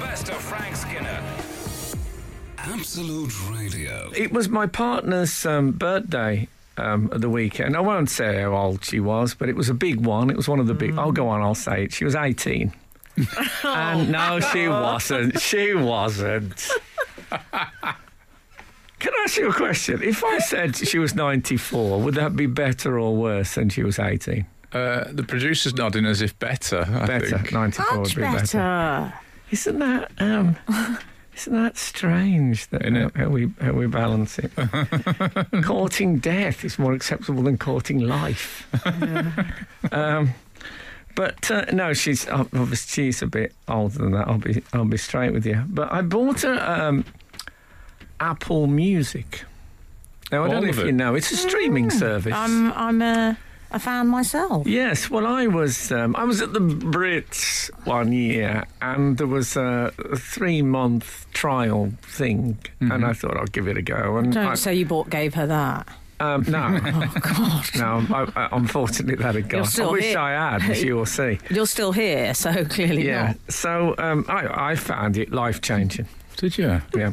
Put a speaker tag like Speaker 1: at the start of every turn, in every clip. Speaker 1: Best of Frank Skinner.
Speaker 2: Absolute Radio.
Speaker 3: It was my partner's um, birthday um, at the weekend. I won't say how old she was, but it was a big one. It was one of the big. I'll go on. I'll say it. She was eighteen. and no, she wasn't. She wasn't. Can I ask you a question? If I said she was 94, would that be better or worse than she was 18?
Speaker 4: Uh, the producer's nodding as if better. I
Speaker 3: Better.
Speaker 4: think.
Speaker 3: 94 would
Speaker 5: Much
Speaker 3: be
Speaker 5: better.
Speaker 3: better. Isn't that um, isn't that strange? That
Speaker 4: Isn't
Speaker 3: how,
Speaker 4: it?
Speaker 3: how we how we balance it. courting death is more acceptable than courting life. um, but uh, no, she's ob- obviously she's a bit older than that. I'll be I'll be straight with you. But I bought her um, Apple Music. Now I
Speaker 4: All
Speaker 3: don't know
Speaker 4: of
Speaker 3: if
Speaker 4: it?
Speaker 3: you know, it's a streaming service.
Speaker 5: I'm I'm a, a fan myself.
Speaker 3: Yes, well, I was um, I was at the Brits one year, and there was a, a three month trial thing, and I thought I'll give it a go. And
Speaker 5: Don't
Speaker 3: Mm, I,
Speaker 5: say you bought gave her that.
Speaker 3: um, no,
Speaker 5: Oh God,
Speaker 3: no, I, I, unfortunately that had gone. I
Speaker 5: still
Speaker 3: wish
Speaker 5: here.
Speaker 3: I had, as you will see.
Speaker 5: you're still here, so clearly
Speaker 3: Yeah, so um, I, I found it life changing.
Speaker 4: Did you?
Speaker 3: Yeah,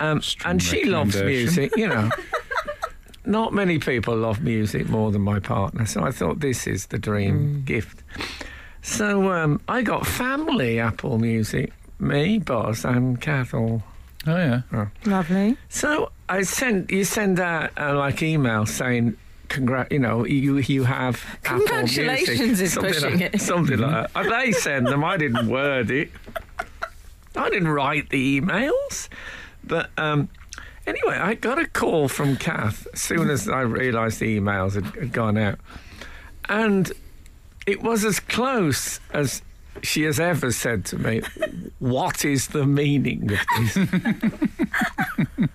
Speaker 3: um,
Speaker 4: Strong
Speaker 3: and she loves
Speaker 4: recommendation.
Speaker 3: music, you know. Not many people love music more than my partner, so I thought this is the
Speaker 4: Hmm.
Speaker 3: dream gift. So um, I got family Apple Music, me, Boz, and Cattle.
Speaker 4: Oh yeah.
Speaker 5: not. Lovely.
Speaker 3: So I sent you send out uh, like email saying. Congrat, you know, you you have Apple
Speaker 5: Congratulations
Speaker 3: Music,"
Speaker 5: is
Speaker 3: something
Speaker 5: pushing
Speaker 3: like,
Speaker 5: it.
Speaker 3: Something like that. They send them. I didn't word it. I didn't write the emails, but um, anyway, I got a call from Kath as soon as I realised the emails had, had gone out, and it was as close as she has ever said to me. What is the meaning of this?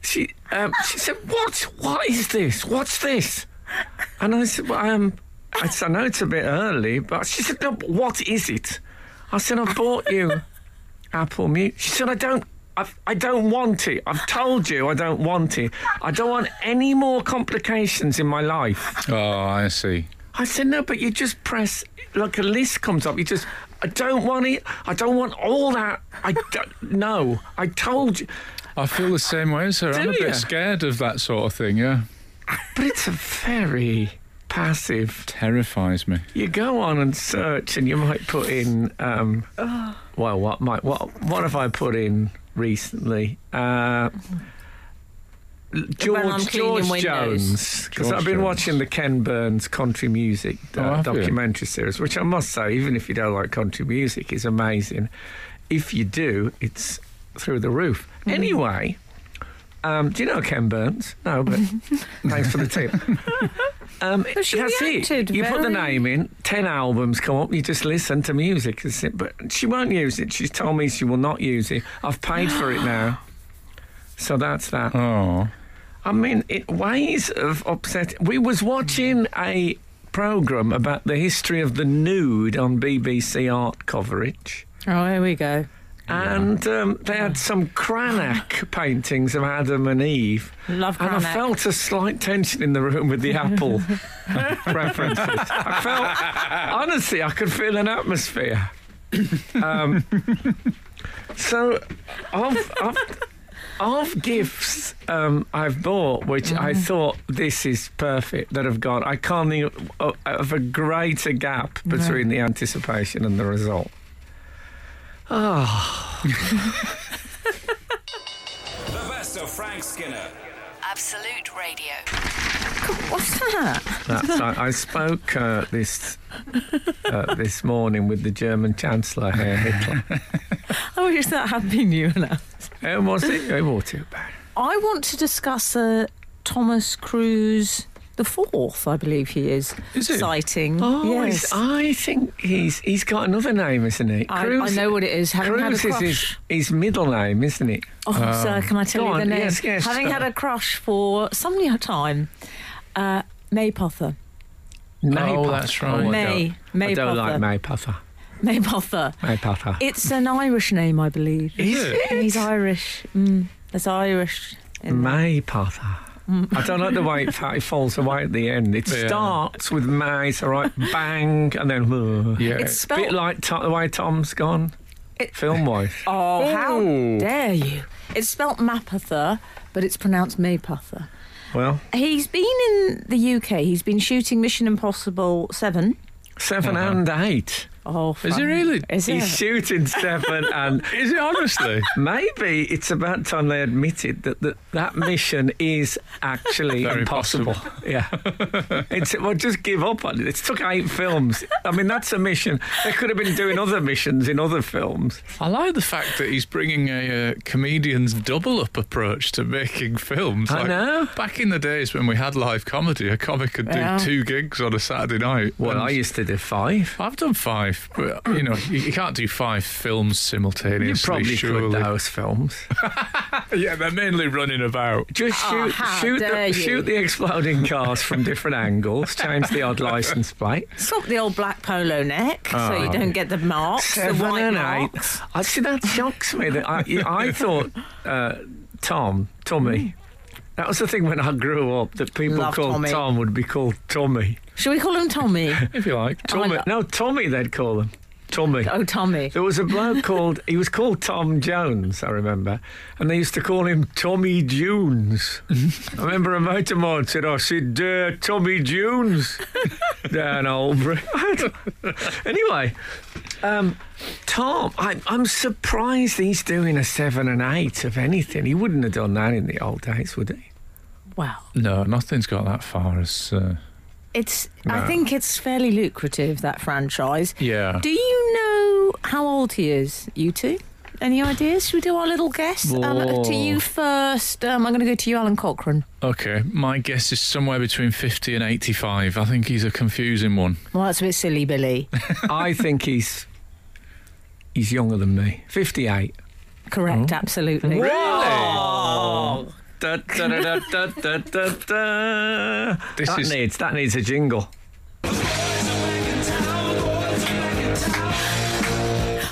Speaker 3: she um, she said, "What? What is this? What's this?" And I said, well, um, I, said, I know it's a bit early, but she said, no, but what is it? I said, I bought you Apple Music. She said, I don't. I've, I don't want it. I've told you I don't want it. I don't want any more complications in my life.
Speaker 4: Oh, I see.
Speaker 3: I said, no, but you just press, like a list comes up. You just, I don't want it. I don't want all that. I don't, no. I told you.
Speaker 4: I feel the same way as her. I'm
Speaker 3: Do
Speaker 4: a
Speaker 3: ya?
Speaker 4: bit scared of that sort of thing. Yeah,
Speaker 3: But it's a very passive
Speaker 4: terrifies me.
Speaker 3: You go on and search, and you might put in. Um,
Speaker 5: Oh.
Speaker 3: well, what might what what have I put in recently? Uh,
Speaker 5: I'm
Speaker 3: George
Speaker 5: cleaning
Speaker 3: George
Speaker 5: windows.
Speaker 3: Jones, because
Speaker 4: George
Speaker 3: I've been
Speaker 4: Jones.
Speaker 3: watching the Ken Burns country music uh,
Speaker 4: Oh, have you?
Speaker 3: documentary series, which I must say, even if you don't like country music, is amazing. If you do, it's through the roof.
Speaker 5: Mm.
Speaker 3: Anyway, um, do you know Ken Burns? No, but thanks for the tip. Um,
Speaker 5: But she
Speaker 3: that's it.
Speaker 5: reacted
Speaker 3: You put the
Speaker 5: very-
Speaker 3: name in, 10 albums come up, you just listen to music. It's it. But she won't use it. She's told me she will not use it. I've paid for it now. So that's that.
Speaker 4: Oh,
Speaker 3: I mean, it, ways of upsetting. We was watching a program about the history of the nude on BBC art coverage.
Speaker 5: Oh, here we go.
Speaker 3: And um, they had some Cranach paintings of Adam and Eve.
Speaker 5: Love
Speaker 3: And I
Speaker 5: Cranach.
Speaker 3: felt a slight tension in the room with the apple references. I felt, honestly, I could feel an atmosphere. Um, so, of, of, of gifts um, I've bought, which I thought this is perfect, that have gone, I can't think of, uh, of a greater gap between the anticipation and the result.
Speaker 1: The best of Frank Skinner.
Speaker 6: Absolute Radio.
Speaker 5: What's that?
Speaker 3: That's, I, I spoke uh, this uh, this morning with the German Chancellor Herr Hitler.
Speaker 5: I wish that had been you now.
Speaker 3: How was it? It was too bad.
Speaker 5: I want to discuss uh, Thomas Cruise the fourth, I believe he is.
Speaker 4: Is it?
Speaker 5: Sighting.
Speaker 3: Oh, he's-
Speaker 5: yes.
Speaker 3: I think he's he's got another name, isn't he?
Speaker 5: I, I know what it is. Having
Speaker 3: Cruz
Speaker 5: had a
Speaker 3: is
Speaker 5: crush.
Speaker 3: his, his middle name, isn't it?
Speaker 5: Oh, sir, can I tell
Speaker 3: Um, go
Speaker 5: you the
Speaker 3: on,
Speaker 5: name?
Speaker 3: yes, yes,
Speaker 5: Having
Speaker 3: sir.
Speaker 5: had a crush for some little time, uh, May Pother.
Speaker 3: May
Speaker 4: Oh,
Speaker 3: Puffer.
Speaker 4: that's right.
Speaker 3: I
Speaker 5: May-
Speaker 3: don't-
Speaker 5: May
Speaker 3: I don't
Speaker 5: Puffer.
Speaker 3: like May Puffer.
Speaker 5: May Pother.
Speaker 3: May Puffer.
Speaker 5: It's an Irish name, I believe.
Speaker 4: is it?
Speaker 5: He's Irish. Mm, there's Irish. In there.
Speaker 3: May Puffer. I don't like the way it, fa- it falls away at the end. It
Speaker 4: Yeah.
Speaker 3: starts with May, so right, bang, and then. uh.
Speaker 4: yeah.
Speaker 5: It's
Speaker 3: Bit
Speaker 5: spelled.
Speaker 3: like to- the way Tom's gone. film wise.
Speaker 5: Oh,
Speaker 4: Ooh.
Speaker 5: how dare you? It's spelt Mapother, but it's pronounced Mapother.
Speaker 3: Well,
Speaker 5: He's been in the UK. He's been shooting Mission Impossible 7.
Speaker 3: 7
Speaker 4: Uh-huh.
Speaker 3: and eight.
Speaker 5: Oh,
Speaker 4: Is he
Speaker 5: fun.
Speaker 4: really?
Speaker 5: Is
Speaker 3: He's
Speaker 5: it?
Speaker 3: shooting seven and.
Speaker 4: Is it honestly?
Speaker 3: Maybe it's about time they admitted that that, that mission is actually
Speaker 4: Very
Speaker 3: impossible. Yeah. It's, well, just give up on it. It's took eight films. I mean, that's a mission. They could have been doing other missions in other films.
Speaker 4: I like the fact that he's bringing a uh, comedian's double up approach to making films.
Speaker 3: I
Speaker 4: Like,
Speaker 3: know.
Speaker 4: Back in the days when we had live comedy, a comic could do
Speaker 5: Yeah.
Speaker 4: two gigs on a Saturday night.
Speaker 3: Well,
Speaker 4: And
Speaker 3: I used to do five.
Speaker 4: I've done five, but you know you, you can't do five films simultaneously.
Speaker 3: You probably could
Speaker 4: surely.
Speaker 3: those films.
Speaker 4: Yeah, they're mainly running about.
Speaker 3: Just
Speaker 5: Oh,
Speaker 3: shoot,
Speaker 5: how
Speaker 3: shoot,
Speaker 5: dare
Speaker 3: the,
Speaker 5: you.
Speaker 3: shoot the exploding cars from different angles. Change the odd license plate.
Speaker 5: Swap the old black polo neck so you don't get the marks, the white marks.
Speaker 3: I see that shocks me. That I, I thought uh, Tom, Tommy. That was the thing when I grew up that people
Speaker 5: Mm. Love
Speaker 3: called
Speaker 5: Tommy.
Speaker 3: Tom would be called Tommy.
Speaker 5: Should we call him Tommy?
Speaker 4: If you like,
Speaker 3: Tommy.
Speaker 5: lo-
Speaker 3: no, Tommy they'd call him. Tommy.
Speaker 5: oh, Tommy.
Speaker 3: There was a bloke called he was called Tom Jones, I remember, and they used to call him Tommy Jones. I remember a mate of mine said, "I said uh, Tommy Jones down Albury." anyway, um, Tom, I, I'm surprised he's doing a seven and eight of anything. He wouldn't have done that in the old days, would he?
Speaker 5: Well,
Speaker 4: no, nothing's got that far as uh,
Speaker 5: it's. I think it's fairly lucrative that franchise.
Speaker 4: yeah.
Speaker 5: Do you know how old he is? You two? Any ideas? Should we do our little guess? Um, to
Speaker 4: Whoa.
Speaker 5: you first. Um, I'm going to go to you, Alan Cochrane.
Speaker 4: Okay, my guess is somewhere between fifty and eighty-five. I think he's a confusing one.
Speaker 5: Well, that's a bit silly, Billy.
Speaker 3: I think he's he's younger than me, fifty-eight.
Speaker 5: Correct, absolutely.
Speaker 3: Da, da, da, da, da, da, da.
Speaker 4: This
Speaker 3: that
Speaker 4: is-
Speaker 3: needs that needs a jingle.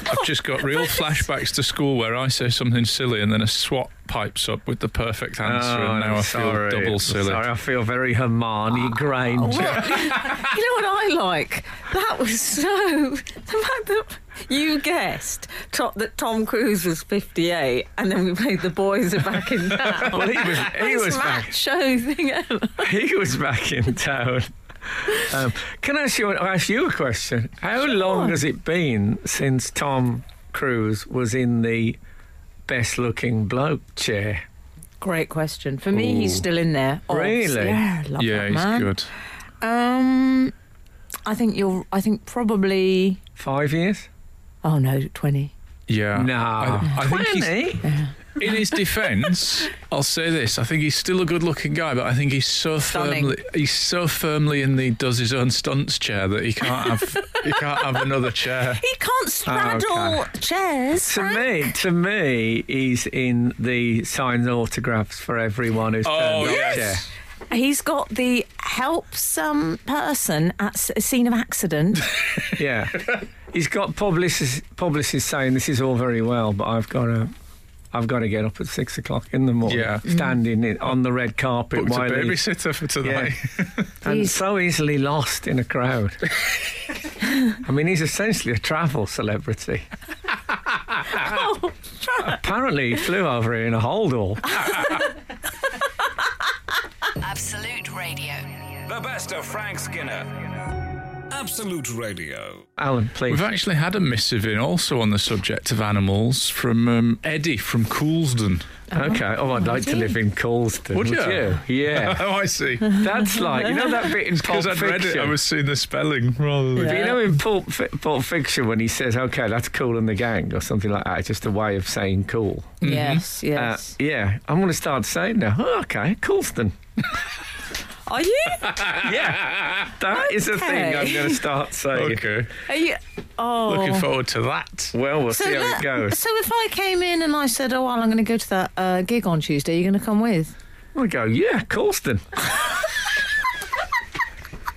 Speaker 4: I've just got
Speaker 5: Oh,
Speaker 4: real flashbacks to school where I say something silly and then a swat pipes up with the perfect answer, and now I feel double silly.
Speaker 3: Oh,
Speaker 4: Ah,
Speaker 3: Sorry, I feel very Hermione Granger.
Speaker 5: You know what I like? That was so. The fact that you guessed to, that Tom Cruise was 58, and then we played The Boys Are Back in Town.
Speaker 3: Well, he was- he
Speaker 5: Best
Speaker 3: was
Speaker 5: rat
Speaker 3: back.
Speaker 5: show thing ever.
Speaker 3: he was back in town. Um, can I ask you, I ask you a question? How long has it been since Tom Cruise was in the best looking bloke chair?
Speaker 5: Great question. For me, he's
Speaker 3: Ooh.
Speaker 5: still in there. Obs.
Speaker 3: Really?
Speaker 5: Yeah, love
Speaker 4: yeah,
Speaker 5: that
Speaker 4: he's
Speaker 5: man.
Speaker 4: good.
Speaker 5: Um, I think you're. I think probably.
Speaker 3: Five years?
Speaker 5: Oh no, twenty.
Speaker 4: Yeah.
Speaker 3: No.
Speaker 4: I, I think he's,
Speaker 3: 20?
Speaker 4: in his defence, I'll say this: I think he's still a good-looking guy, but I think he's so
Speaker 5: Stunning.
Speaker 4: firmly he's so firmly in the does his own stunts chair that he can't have he can't have another chair.
Speaker 5: He can't straddle chairs.
Speaker 3: Ah, To
Speaker 5: Frank.
Speaker 3: me, to me, he's in the signs autographs for everyone who's
Speaker 4: Oh,
Speaker 3: turned up there.
Speaker 5: He's got the help some person at s- a scene of accident.
Speaker 3: Yeah. He's got publicists, publicists saying this is all very well, but I've got to. I've got to get up at six o'clock in the morning,
Speaker 4: Yeah.
Speaker 3: standing in, on the red carpet
Speaker 4: Booked a
Speaker 3: while he's
Speaker 4: babysitter for tonight.
Speaker 3: and
Speaker 5: He's-
Speaker 3: so easily lost in a crowd. I mean, he's essentially a travel celebrity. Apparently, he flew over here in a holdall.
Speaker 6: Absolute Radio.
Speaker 1: The best of Frank Skinner. Absolute Radio.
Speaker 3: Alan, please.
Speaker 4: We've actually had a missive in also on the subject of animals from um, Eddie from Coolsden.
Speaker 3: Okay. Oh, I'd like to
Speaker 5: gee.
Speaker 3: live in Colston.
Speaker 4: Would ya?
Speaker 3: Yeah.
Speaker 4: Oh, I see.
Speaker 3: That's like you know that bit in Pulp
Speaker 4: Because I'd
Speaker 3: Fiction.
Speaker 4: read it, I was seeing the spelling rather than.
Speaker 5: Yeah.
Speaker 3: Do you know in Pulp, Fi- Pulp Fiction when he says, "Okay, that's cool in the gang" or something like that? It's just a way of saying cool.
Speaker 5: Yes, yes.
Speaker 3: Uh, yeah, I'm going to start saying now. "Oh, okay, Colston. Uh,
Speaker 5: Are you?
Speaker 3: Yeah, that is a thing I'm
Speaker 5: Okay.
Speaker 3: going to start saying.
Speaker 4: Okay.
Speaker 5: Are you? Oh.
Speaker 4: Looking forward to that.
Speaker 3: Well, we'll see how
Speaker 5: look-
Speaker 3: it goes.
Speaker 5: so if I came in and I said, "Oh, well, I'm going to go to that uh, gig on Tuesday. You're going to come with?"
Speaker 3: I go, yeah, Colston.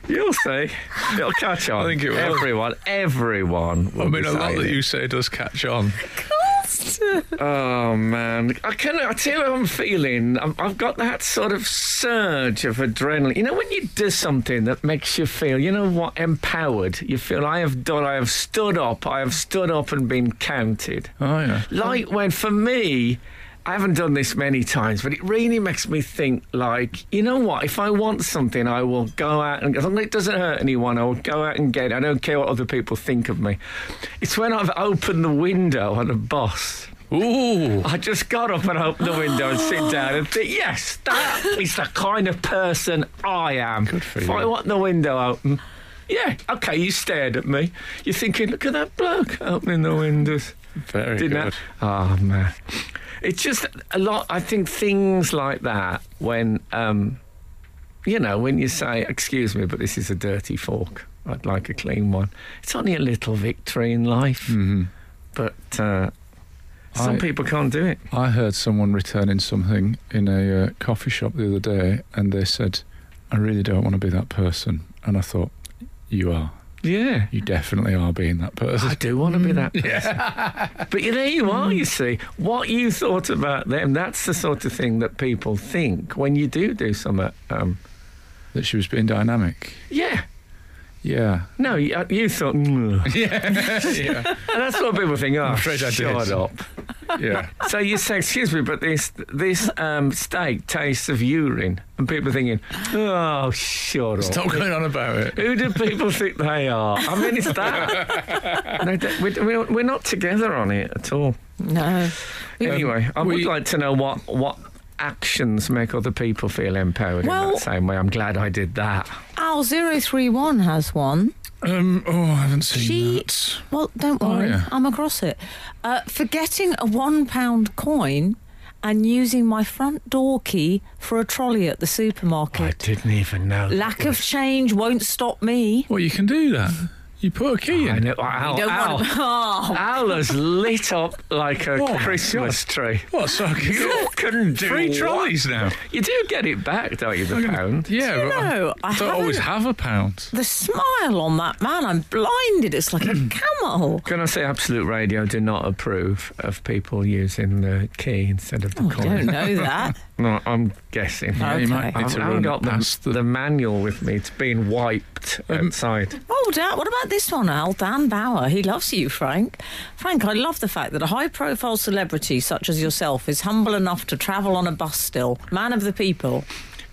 Speaker 3: You'll see. It'll catch on.
Speaker 4: think it will.
Speaker 3: Everyone, everyone. Will
Speaker 4: I mean,
Speaker 3: be
Speaker 4: a lot
Speaker 3: saying
Speaker 4: that
Speaker 3: it.
Speaker 4: you say does catch on.
Speaker 5: best.
Speaker 3: Oh man, I can. I tell you, how I'm feeling. I'm, I've got that sort of surge of adrenaline. You know, when you do something that makes you feel, you know what, empowered. You feel I have done. I have stood up. I have stood up and been counted.
Speaker 4: Oh yeah.
Speaker 3: Like when for me. I haven't done this many times, but it really makes me think. Like, you know what? If I want something, I will go out and as long as it doesn't hurt anyone, I will go out and get it. I don't care what other people think of me. It's when I've opened the window on a bus
Speaker 4: Ooh.
Speaker 3: I just got up and opened the window and sit down and think, yes, that is the kind of person I am. Good
Speaker 4: for
Speaker 3: If
Speaker 4: you.
Speaker 3: I want the window open, yeah, okay, you stared at me. You're thinking, look at that bloke opening the windows.
Speaker 4: Very
Speaker 3: Didn't
Speaker 4: good.
Speaker 3: I? Oh, man. It's just a lot, I think things like that when, um, you know, when you say, excuse me, but this is a dirty fork. I'd like a clean one. It's only a little victory in life, but uh, some
Speaker 4: Mm-hmm. I-
Speaker 3: people can't do it.
Speaker 4: I heard someone returning something in a uh, coffee shop the other day, and they said, "I really don't want to be that person." And I thought, "You are.
Speaker 3: Yeah.
Speaker 4: You definitely are being that person."
Speaker 3: I do want
Speaker 4: Mm,
Speaker 3: to be that person. but you- there you are, you see. What you thought about them, that's the sort of thing that people think when you do do something. Um,
Speaker 4: That she was being dynamic.
Speaker 3: yeah.
Speaker 4: Yeah.
Speaker 3: No, you, uh, you thought, "Mm."
Speaker 4: yeah.
Speaker 3: and that's what people think. Oh, I'm
Speaker 4: afraid I did.
Speaker 3: shut up.
Speaker 4: Yeah.
Speaker 3: So you say, excuse me, but this this um, steak tastes of urine, and people are thinking, oh, shut up.
Speaker 4: Stop going on about it.
Speaker 3: Who do people think they are? I mean, it's that. They don't- we- we- we're not together on it at all.
Speaker 5: No. Um,
Speaker 3: Anyway, I
Speaker 4: we-
Speaker 3: would like to know what what actions make other people feel empowered in
Speaker 5: Well-
Speaker 3: that same way. I'm glad I did that.
Speaker 5: Al 031 has one.
Speaker 4: Um. Oh, I haven't seen
Speaker 5: She-
Speaker 4: that.
Speaker 5: Well, don't
Speaker 4: Oh,
Speaker 5: worry,
Speaker 4: yeah.
Speaker 5: I'm across it. Uh, forgetting a one pound coin and using my front door key for a trolley at the supermarket.
Speaker 3: didn't even know.
Speaker 5: Lack of change won't stop me.
Speaker 4: Well, you can do that. You put a key
Speaker 3: I
Speaker 4: in.
Speaker 3: know. Al,
Speaker 5: Don't
Speaker 3: Al,
Speaker 5: want- Oh,
Speaker 3: Al has lit up like a
Speaker 4: Oh, my
Speaker 3: Christmas tree.
Speaker 4: What? So I can
Speaker 3: Couldn't do
Speaker 4: three
Speaker 3: what?
Speaker 4: trolleys now.
Speaker 3: You do get it back, don't you? The pound.
Speaker 4: Yeah, but I
Speaker 5: no, I
Speaker 4: don't always
Speaker 5: haven't.
Speaker 4: have a pound.
Speaker 5: the smile on that man, I'm blinded. It's like a camel.
Speaker 3: Can I say Absolute Radio do not approve of people using the key instead of the
Speaker 5: Oh, I don't
Speaker 3: coin?
Speaker 5: know that.
Speaker 3: No, I'm guessing.
Speaker 4: Yeah, you might
Speaker 5: Okay.
Speaker 4: need
Speaker 3: I've
Speaker 4: to
Speaker 3: I haven't
Speaker 4: run
Speaker 3: got
Speaker 4: past
Speaker 3: the,
Speaker 4: the,
Speaker 3: the manual with me. It's been wiped
Speaker 4: Um,
Speaker 3: outside.
Speaker 5: Oh, Dan, what about this one, Al? Dan Bauer. He loves you, Frank. Frank, I love the fact that a high profile celebrity such as yourself is humble enough to travel on a bus still. Man of the people.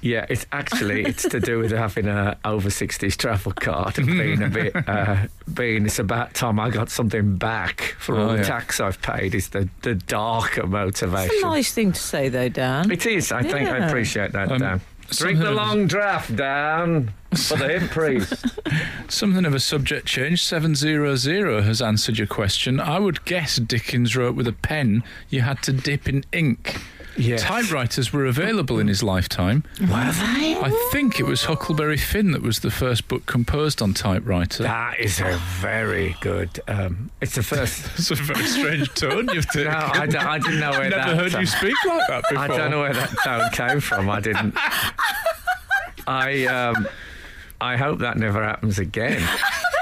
Speaker 3: Yeah, it's actually it's to do with having a over sixties travel card and being a bit uh, being it's about time I got something back for all
Speaker 4: Oh,
Speaker 3: the
Speaker 4: yeah.
Speaker 3: tax I've paid is the the darker
Speaker 5: It's a
Speaker 3: motivation.
Speaker 5: nice thing to say, though, Dan.
Speaker 3: It is. I think I
Speaker 5: Yeah.
Speaker 3: appreciate that,
Speaker 4: Um,
Speaker 3: Dan. Drink
Speaker 4: something
Speaker 3: the
Speaker 4: of-
Speaker 3: long draft, Dan, for the hip priest.
Speaker 4: something of a subject change. Seven zero zero has answered your question. I would guess Dickens wrote with a pen. You had to dip in ink.
Speaker 3: Yes.
Speaker 4: Typewriters were available in his lifetime.
Speaker 3: Were they?
Speaker 4: I think it was Huckleberry Finn that was the first book composed on typewriter.
Speaker 3: That is a very good. Um, it's the first.
Speaker 4: That's a very strange tone you've
Speaker 3: No,
Speaker 4: taken.
Speaker 3: I, d- I didn't know where
Speaker 4: Never
Speaker 3: that.
Speaker 4: heard you speak like that before.
Speaker 3: I don't know where that tone came from. I didn't. I um, I hope that never happens again.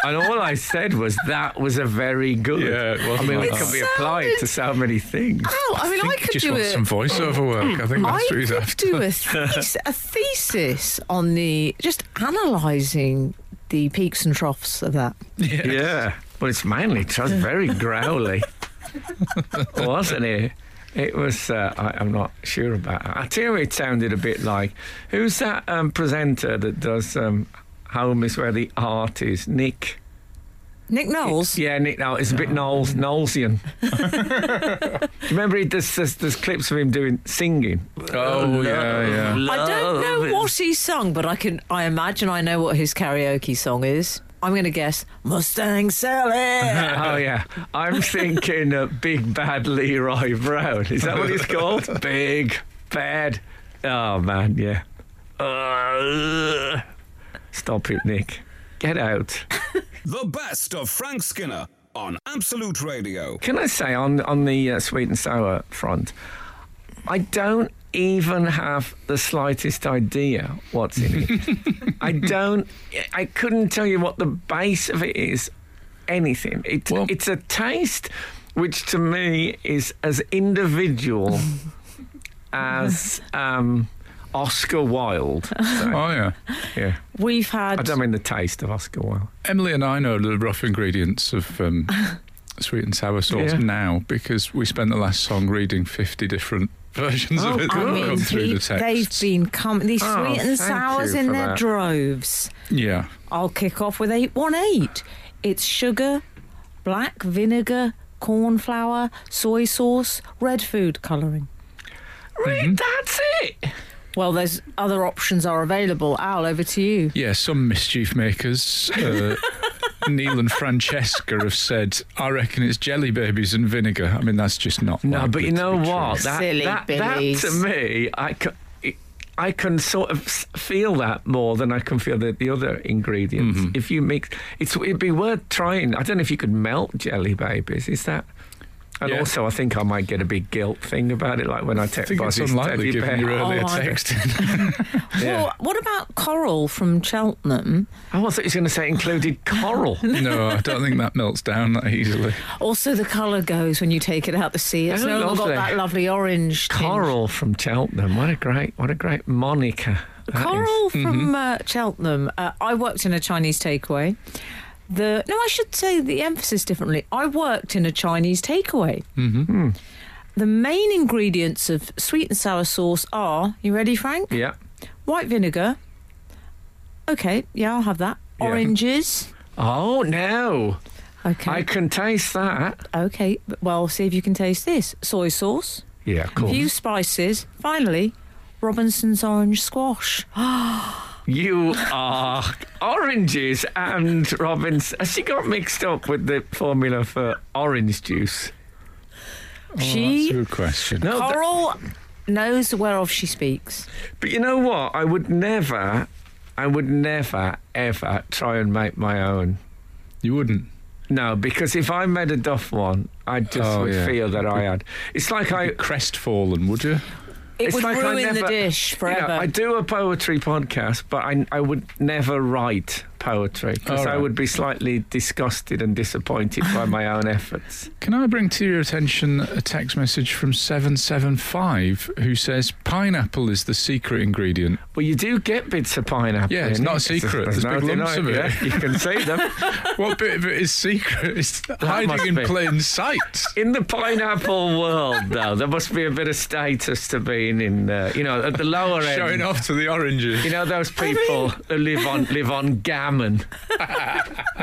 Speaker 3: And all I said was that was a very good.
Speaker 4: Yeah, it was
Speaker 3: I mean,
Speaker 4: like
Speaker 3: it can
Speaker 4: that.
Speaker 3: be
Speaker 5: It
Speaker 3: applied to so many things.
Speaker 5: Oh, I mean, I,
Speaker 4: think he
Speaker 5: could
Speaker 4: just
Speaker 5: do
Speaker 4: wants
Speaker 5: it.
Speaker 4: some voiceover work. I think
Speaker 5: I
Speaker 4: that's what he's
Speaker 5: could
Speaker 4: after.
Speaker 5: do a, thes- a thesis on the just analysing the peaks and troughs of that.
Speaker 4: Yeah.
Speaker 3: Yeah, well, it's mainly just very growly, wasn't it? It was. Uh, I, I'm not sure about. It. I tell you, it sounded a bit like who's that um, presenter that does um, "Home is where the art is"? Nick.
Speaker 5: Nick Knowles.
Speaker 3: Yeah, Nick. Now it's a bit Knowles, Knowlesian. Do you remember he, there's, there's, there's clips of him doing singing?
Speaker 4: Oh, yeah, yeah.
Speaker 5: I don't know what he sung, but I can. I imagine I know what his karaoke song is. I'm going to guess Mustang Sally.
Speaker 3: Oh yeah, I'm thinking uh, Big Bad Leroy Brown. Is that what it's called? Big Bad. Oh man, yeah. Uh, stop it, Nick. Get out.
Speaker 1: The best of Frank Skinner on Absolute Radio.
Speaker 3: Can I say on on the uh, sweet and sour front, I don't even have the slightest idea what's in it. I don't. I couldn't tell you what the base of it is. Anything. It,
Speaker 4: Well-
Speaker 3: it's a taste. which to me is as individual as um, Oscar Wilde. So,
Speaker 4: Oh, yeah.
Speaker 3: yeah.
Speaker 5: We've had.
Speaker 3: I don't mean the taste of Oscar Wilde.
Speaker 4: Emily and I know the rough ingredients of um, sweet and sour sauce
Speaker 3: Yeah.
Speaker 4: now because we spent the last song reading 50 different versions
Speaker 3: Oh,
Speaker 4: of it that
Speaker 5: I
Speaker 3: good.
Speaker 4: have
Speaker 5: mean,
Speaker 4: come through the
Speaker 5: peop- they've
Speaker 4: text.
Speaker 5: been coming. These
Speaker 3: Oh,
Speaker 5: sweet
Speaker 3: thank
Speaker 5: and sours
Speaker 3: you
Speaker 5: in
Speaker 3: for
Speaker 5: their
Speaker 3: that.
Speaker 5: droves.
Speaker 4: Yeah.
Speaker 5: I'll kick off with 818. It's sugar, black vinegar, corn flour, soy sauce, red food colouring.
Speaker 3: Right, that's it.
Speaker 5: Well, there's other options are available. Al, over to you.
Speaker 4: Yeah, some mischief makers, uh, Neil and Francesca, have said, I reckon it's jelly babies and vinegar. I mean, that's just not.
Speaker 3: No,
Speaker 4: likely
Speaker 3: but you
Speaker 4: to
Speaker 3: know
Speaker 4: be true.
Speaker 3: what? That,
Speaker 5: Silly
Speaker 3: that, that to
Speaker 5: billies.
Speaker 3: me, I can, I can sort of s- feel that more than I can feel the, the other ingredients.
Speaker 4: Mm-hmm.
Speaker 3: If you mix, it's it'd be worth trying. I don't know if you could melt jelly babies. Is that? And
Speaker 4: Yeah.
Speaker 3: also, I think I might get a big guilt thing about it, like when I
Speaker 4: I
Speaker 3: text
Speaker 4: think it's
Speaker 3: Bozzy's
Speaker 4: unlikely
Speaker 3: teddy
Speaker 4: given
Speaker 3: bear.
Speaker 4: your earlier
Speaker 5: Oh, I-
Speaker 4: text.
Speaker 5: Well, what about coral from Cheltenham?
Speaker 3: Oh, I thought you were going to say included coral.
Speaker 4: no, I don't think that melts down that easily.
Speaker 5: Also, the colour goes when you take it out the sea. It's
Speaker 3: Oh,
Speaker 5: no longer got
Speaker 3: lovely.
Speaker 5: that lovely orange. tinge.
Speaker 3: coral from Cheltenham. What a great, what a great moniker. that is. Mm-hmm.
Speaker 5: Coral from uh, Cheltenham. Uh, I worked in a Chinese takeaway. The no, I should say the emphasis differently. I worked in a Chinese takeaway. Mm-hmm. The main ingredients of sweet and sour sauce are you ready, Frank?
Speaker 3: Yeah.
Speaker 5: White vinegar. Okay, yeah, I'll have that.
Speaker 3: Yeah.
Speaker 5: Oranges.
Speaker 3: Oh no,
Speaker 5: Okay.
Speaker 3: I can taste that.
Speaker 5: Okay, but- well, see if you can taste this. Soy sauce,
Speaker 3: Yeah, of
Speaker 5: a
Speaker 3: course.
Speaker 5: few spices, finally, Robinson's orange squash.
Speaker 3: Oh, You are oranges and Robin's. She got mixed up with the formula for orange juice.
Speaker 4: That's a
Speaker 5: she,
Speaker 4: good question.
Speaker 3: No, th-
Speaker 5: Coral, knows whereof she speaks.
Speaker 3: but you know what? I would never, I would never ever try and make my own.
Speaker 4: You wouldn't.
Speaker 3: No, because if I made a duff one, I just
Speaker 4: Oh,
Speaker 3: would
Speaker 4: yeah.
Speaker 3: feel that I had. It's like I.
Speaker 4: Crestfallen, would you?
Speaker 5: It
Speaker 3: it's
Speaker 5: would
Speaker 3: like I
Speaker 5: ruin the
Speaker 3: never-
Speaker 5: dish
Speaker 3: You know,
Speaker 5: forever.
Speaker 3: I do a poetry podcast, but I, I would never write poetry because
Speaker 4: All
Speaker 3: I
Speaker 4: right.
Speaker 3: would be slightly disgusted and disappointed by my own efforts.
Speaker 4: Can I bring to your attention a text message from 775 who says pineapple is the secret ingredient?
Speaker 3: Well, you do get bits of pineapple.
Speaker 4: Yeah, it's
Speaker 3: in it.
Speaker 4: not a secret.
Speaker 3: There's,
Speaker 4: There's
Speaker 3: no
Speaker 4: big
Speaker 3: denying
Speaker 4: lumps of it.
Speaker 3: yeah. You can see them
Speaker 4: What bit of it is secret? It's hiding
Speaker 3: must
Speaker 4: in
Speaker 3: be.
Speaker 4: plain sight.
Speaker 3: in the pineapple world. Though there must be a bit of status to being in, uh, you know, at the lower end.
Speaker 4: Showing off to the oranges.
Speaker 3: You know those people who live on live on gammon.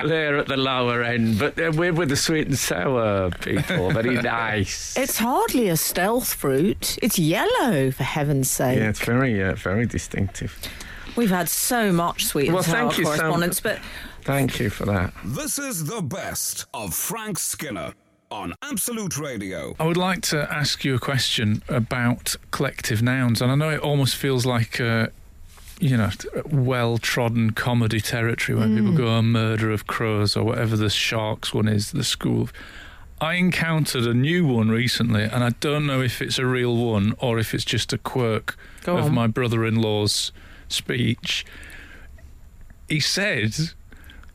Speaker 3: They're at the lower end, but they're- we're with the sweet and sour people. Very nice.
Speaker 5: it's hardly a stealth fruit. It's yellow, for heaven's sake.
Speaker 3: Yeah, it's very, uh, very distinctive.
Speaker 5: We've had so much sweet and
Speaker 3: Well,
Speaker 5: sour
Speaker 3: thank you, Sam.
Speaker 5: correspondence, but
Speaker 3: Thank you for that.
Speaker 1: This is the best of Frank Skinner on Absolute Radio.
Speaker 4: I would like to ask you a question about collective nouns, and I know it almost feels like. Uh, you know, well trodden comedy territory where
Speaker 3: Mm.
Speaker 4: people go, a murder of crows or whatever the sharks one is, the school. of- I encountered a new one recently, and I don't know if it's a real one or if it's just a quirk
Speaker 5: Go
Speaker 4: of
Speaker 5: on.
Speaker 4: my brother in law's speech. He said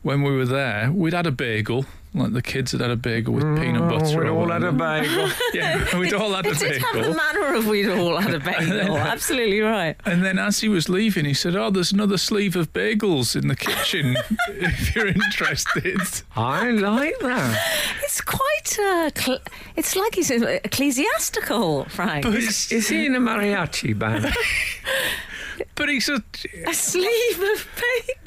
Speaker 4: when we were there, we'd had a bagel, like the kids had had a bagel with peanut butter.
Speaker 3: we
Speaker 4: or
Speaker 3: all had
Speaker 4: whatever.
Speaker 3: a bagel.
Speaker 4: Yeah, we'd all had
Speaker 5: it
Speaker 4: a
Speaker 5: did have the
Speaker 4: bagel.
Speaker 5: manner of we'd all had a bagel. Absolutely right.
Speaker 4: And then as he was leaving, he said, Oh, there's another sleeve of bagels in the kitchen if you're interested.
Speaker 3: I like that.
Speaker 5: It's quite uh, cl- it's like he's uh, ecclesiastical, Frank.
Speaker 4: But, it's,
Speaker 3: Is he in a mariachi band?
Speaker 4: but he's a.
Speaker 5: a sleeve of